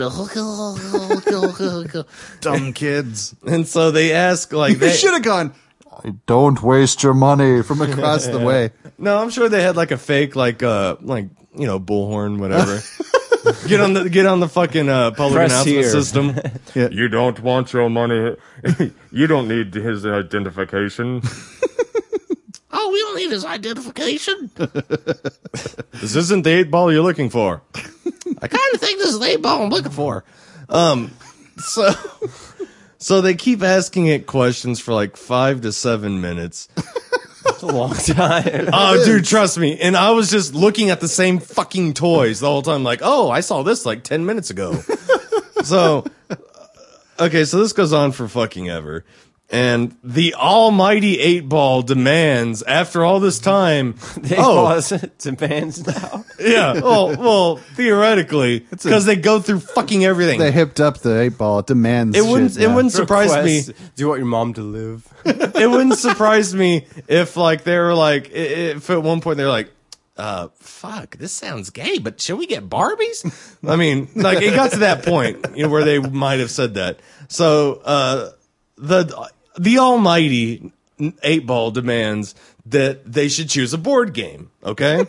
Speaker 1: Dumb kids.
Speaker 2: and so they ask like,
Speaker 1: They
Speaker 2: they,
Speaker 1: should have gone. Don't waste your money from across the way.
Speaker 2: no, I'm sure they had like a fake like uh like you know bullhorn whatever. get on the get on the fucking uh, public
Speaker 5: Press
Speaker 2: announcement
Speaker 5: here.
Speaker 2: system.
Speaker 7: You don't want your money. you don't need his identification.
Speaker 6: oh, we don't need his identification. I
Speaker 2: This isn't the eight ball you're looking for.
Speaker 6: kind of think this is the eight ball I'm looking for.
Speaker 2: Um, so so they keep asking it questions for like five to seven minutes.
Speaker 5: It's a long time.
Speaker 2: Oh, dude, trust me. And I was just looking at the same fucking toys the whole time, like, oh, I saw this like 10 minutes ago. so, uh, okay, so this goes on for fucking ever. And the almighty eight ball demands, after all this time,
Speaker 5: They
Speaker 2: oh,
Speaker 5: pause it to bands now.
Speaker 2: yeah, well, well, theoretically, because they go through fucking everything.
Speaker 1: They hipped up the eight ball. It demands.
Speaker 2: it wouldn't,
Speaker 1: shit
Speaker 2: it
Speaker 1: now.
Speaker 2: wouldn't surprise me.
Speaker 5: Request, Do you want your mom to live?
Speaker 2: it wouldn't surprise me if like they were like i- if at one point they're like uh fuck
Speaker 6: This sounds gay, but should we get Barbies?
Speaker 2: i mean like it got to that point you know where they might have said that so uh the the almighty eight ball demands that they should choose a board game okay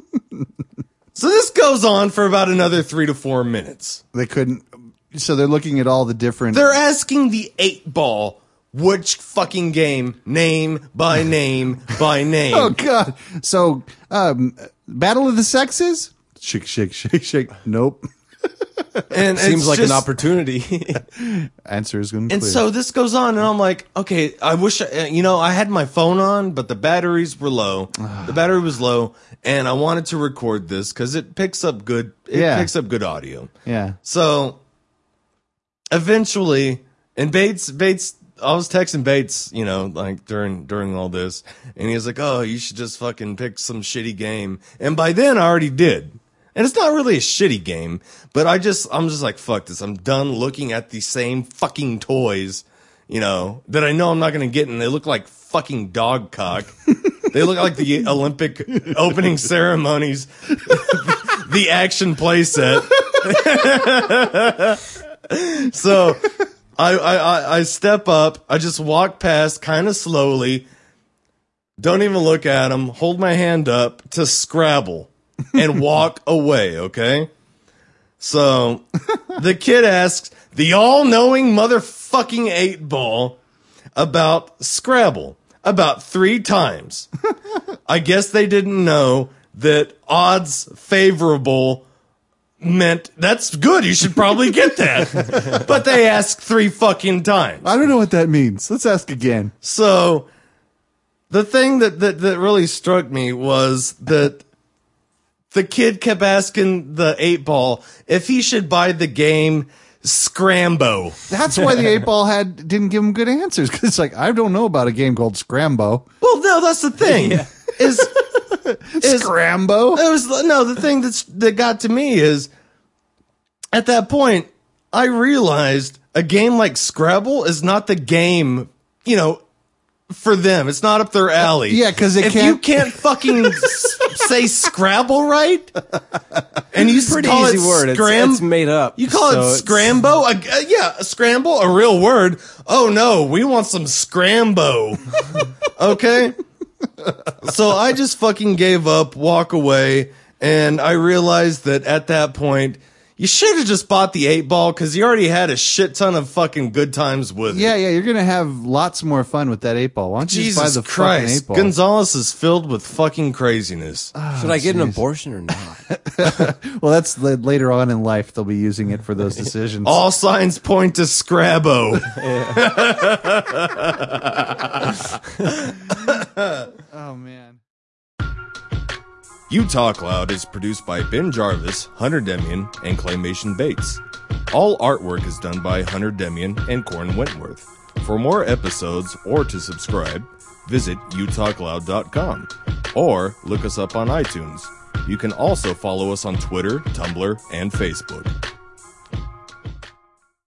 Speaker 2: so this goes on for about another three to four minutes
Speaker 1: They couldn't. So they're looking at all the different.
Speaker 2: They're asking the eight ball which fucking game, name by name by name.
Speaker 1: oh God. So, um, battle of the sexes. Shake, shake, shake, shake. Nope.
Speaker 2: and
Speaker 5: Seems
Speaker 2: it's
Speaker 5: like an
Speaker 2: just-
Speaker 5: opportunity.
Speaker 1: Answer is going to
Speaker 2: And so this goes on, and I'm like, okay, I wish, I, you know, I had my phone on, but the batteries were low. the battery was low, and I wanted to record this because it picks up good. It
Speaker 1: Yeah.
Speaker 2: picks up good audio.
Speaker 1: yeah.
Speaker 2: So eventually, and Bates, Bates, I was texting Bates, you know, like during during all this, and he was like, "Oh, you should just fucking pick some shitty game." And by then, I already did. And it's not really a shitty game, but I just, I'm just like, fuck this. I'm done looking at these same fucking toys, you know, that I know I'm not going to get, and they look like fucking dog cock. they look like the Olympic opening ceremonies, the action play set so I, I I- I step up. I just walk past, kind of slowly. Don't even look at him. Hold my hand up to Scrabble and walk away. Okay. So the kid asks the all-knowing motherfucking eight ball about Scrabble about three times. I guess they didn't know that odds favorable meant that's good. You should probably get that. but they asked three fucking times.
Speaker 1: I don't know what that means. Let's ask again.
Speaker 2: So the thing that, that, that really struck me was that the kid kept asking the eight ball if he should buy the game Scrambo.
Speaker 1: That's why the eight ball had didn't give him good answers because it's like I don't know about a game called Scrambo.
Speaker 2: Well, no, that's the thing. Is is
Speaker 1: Scrambo.
Speaker 2: It was no the thing that's that got to me is at that point I realized a game like Scrabble is not the game, you know, for them. It's not up their alley.
Speaker 1: Yeah, 'cause it
Speaker 2: if
Speaker 1: can't-
Speaker 2: you can't fucking s- say Scrabble right, and you
Speaker 5: Pretty
Speaker 2: call
Speaker 5: easy
Speaker 2: it
Speaker 5: word. It's,
Speaker 2: scram-
Speaker 5: it's made up.
Speaker 2: you call
Speaker 5: so
Speaker 2: it
Speaker 5: it's-
Speaker 2: scrambo? A, uh, yeah, a scramble, a real word. Oh no, we want some scrambo. okay? So I just fucking gave up, walk away, and I realized that at that point, You should have just bought the eight ball because you already had a shit ton of fucking good times with it.
Speaker 1: Yeah, yeah, you're gonna have lots more fun with that eight ball. Why don't you
Speaker 2: Jesus
Speaker 1: just buy the fucking
Speaker 2: Christ. Ah.
Speaker 1: eight ball?
Speaker 2: Gonzalez is filled with fucking craziness.
Speaker 5: Should I get an abortion or not?
Speaker 1: well, that's la- later on in life they'll be using it for those decisions.
Speaker 2: All signs point to Scrabbo.
Speaker 1: oh man.
Speaker 2: You Talk Loud is produced by Ben Jarvis, Hunter Demian, and Claymation Bates. All artwork is done by Hunter Demian and Corin Wentworth. For more episodes or to subscribe, visit utalkloud.com or look us up on iTunes. You can also follow us on Twitter, Tumblr, and Facebook.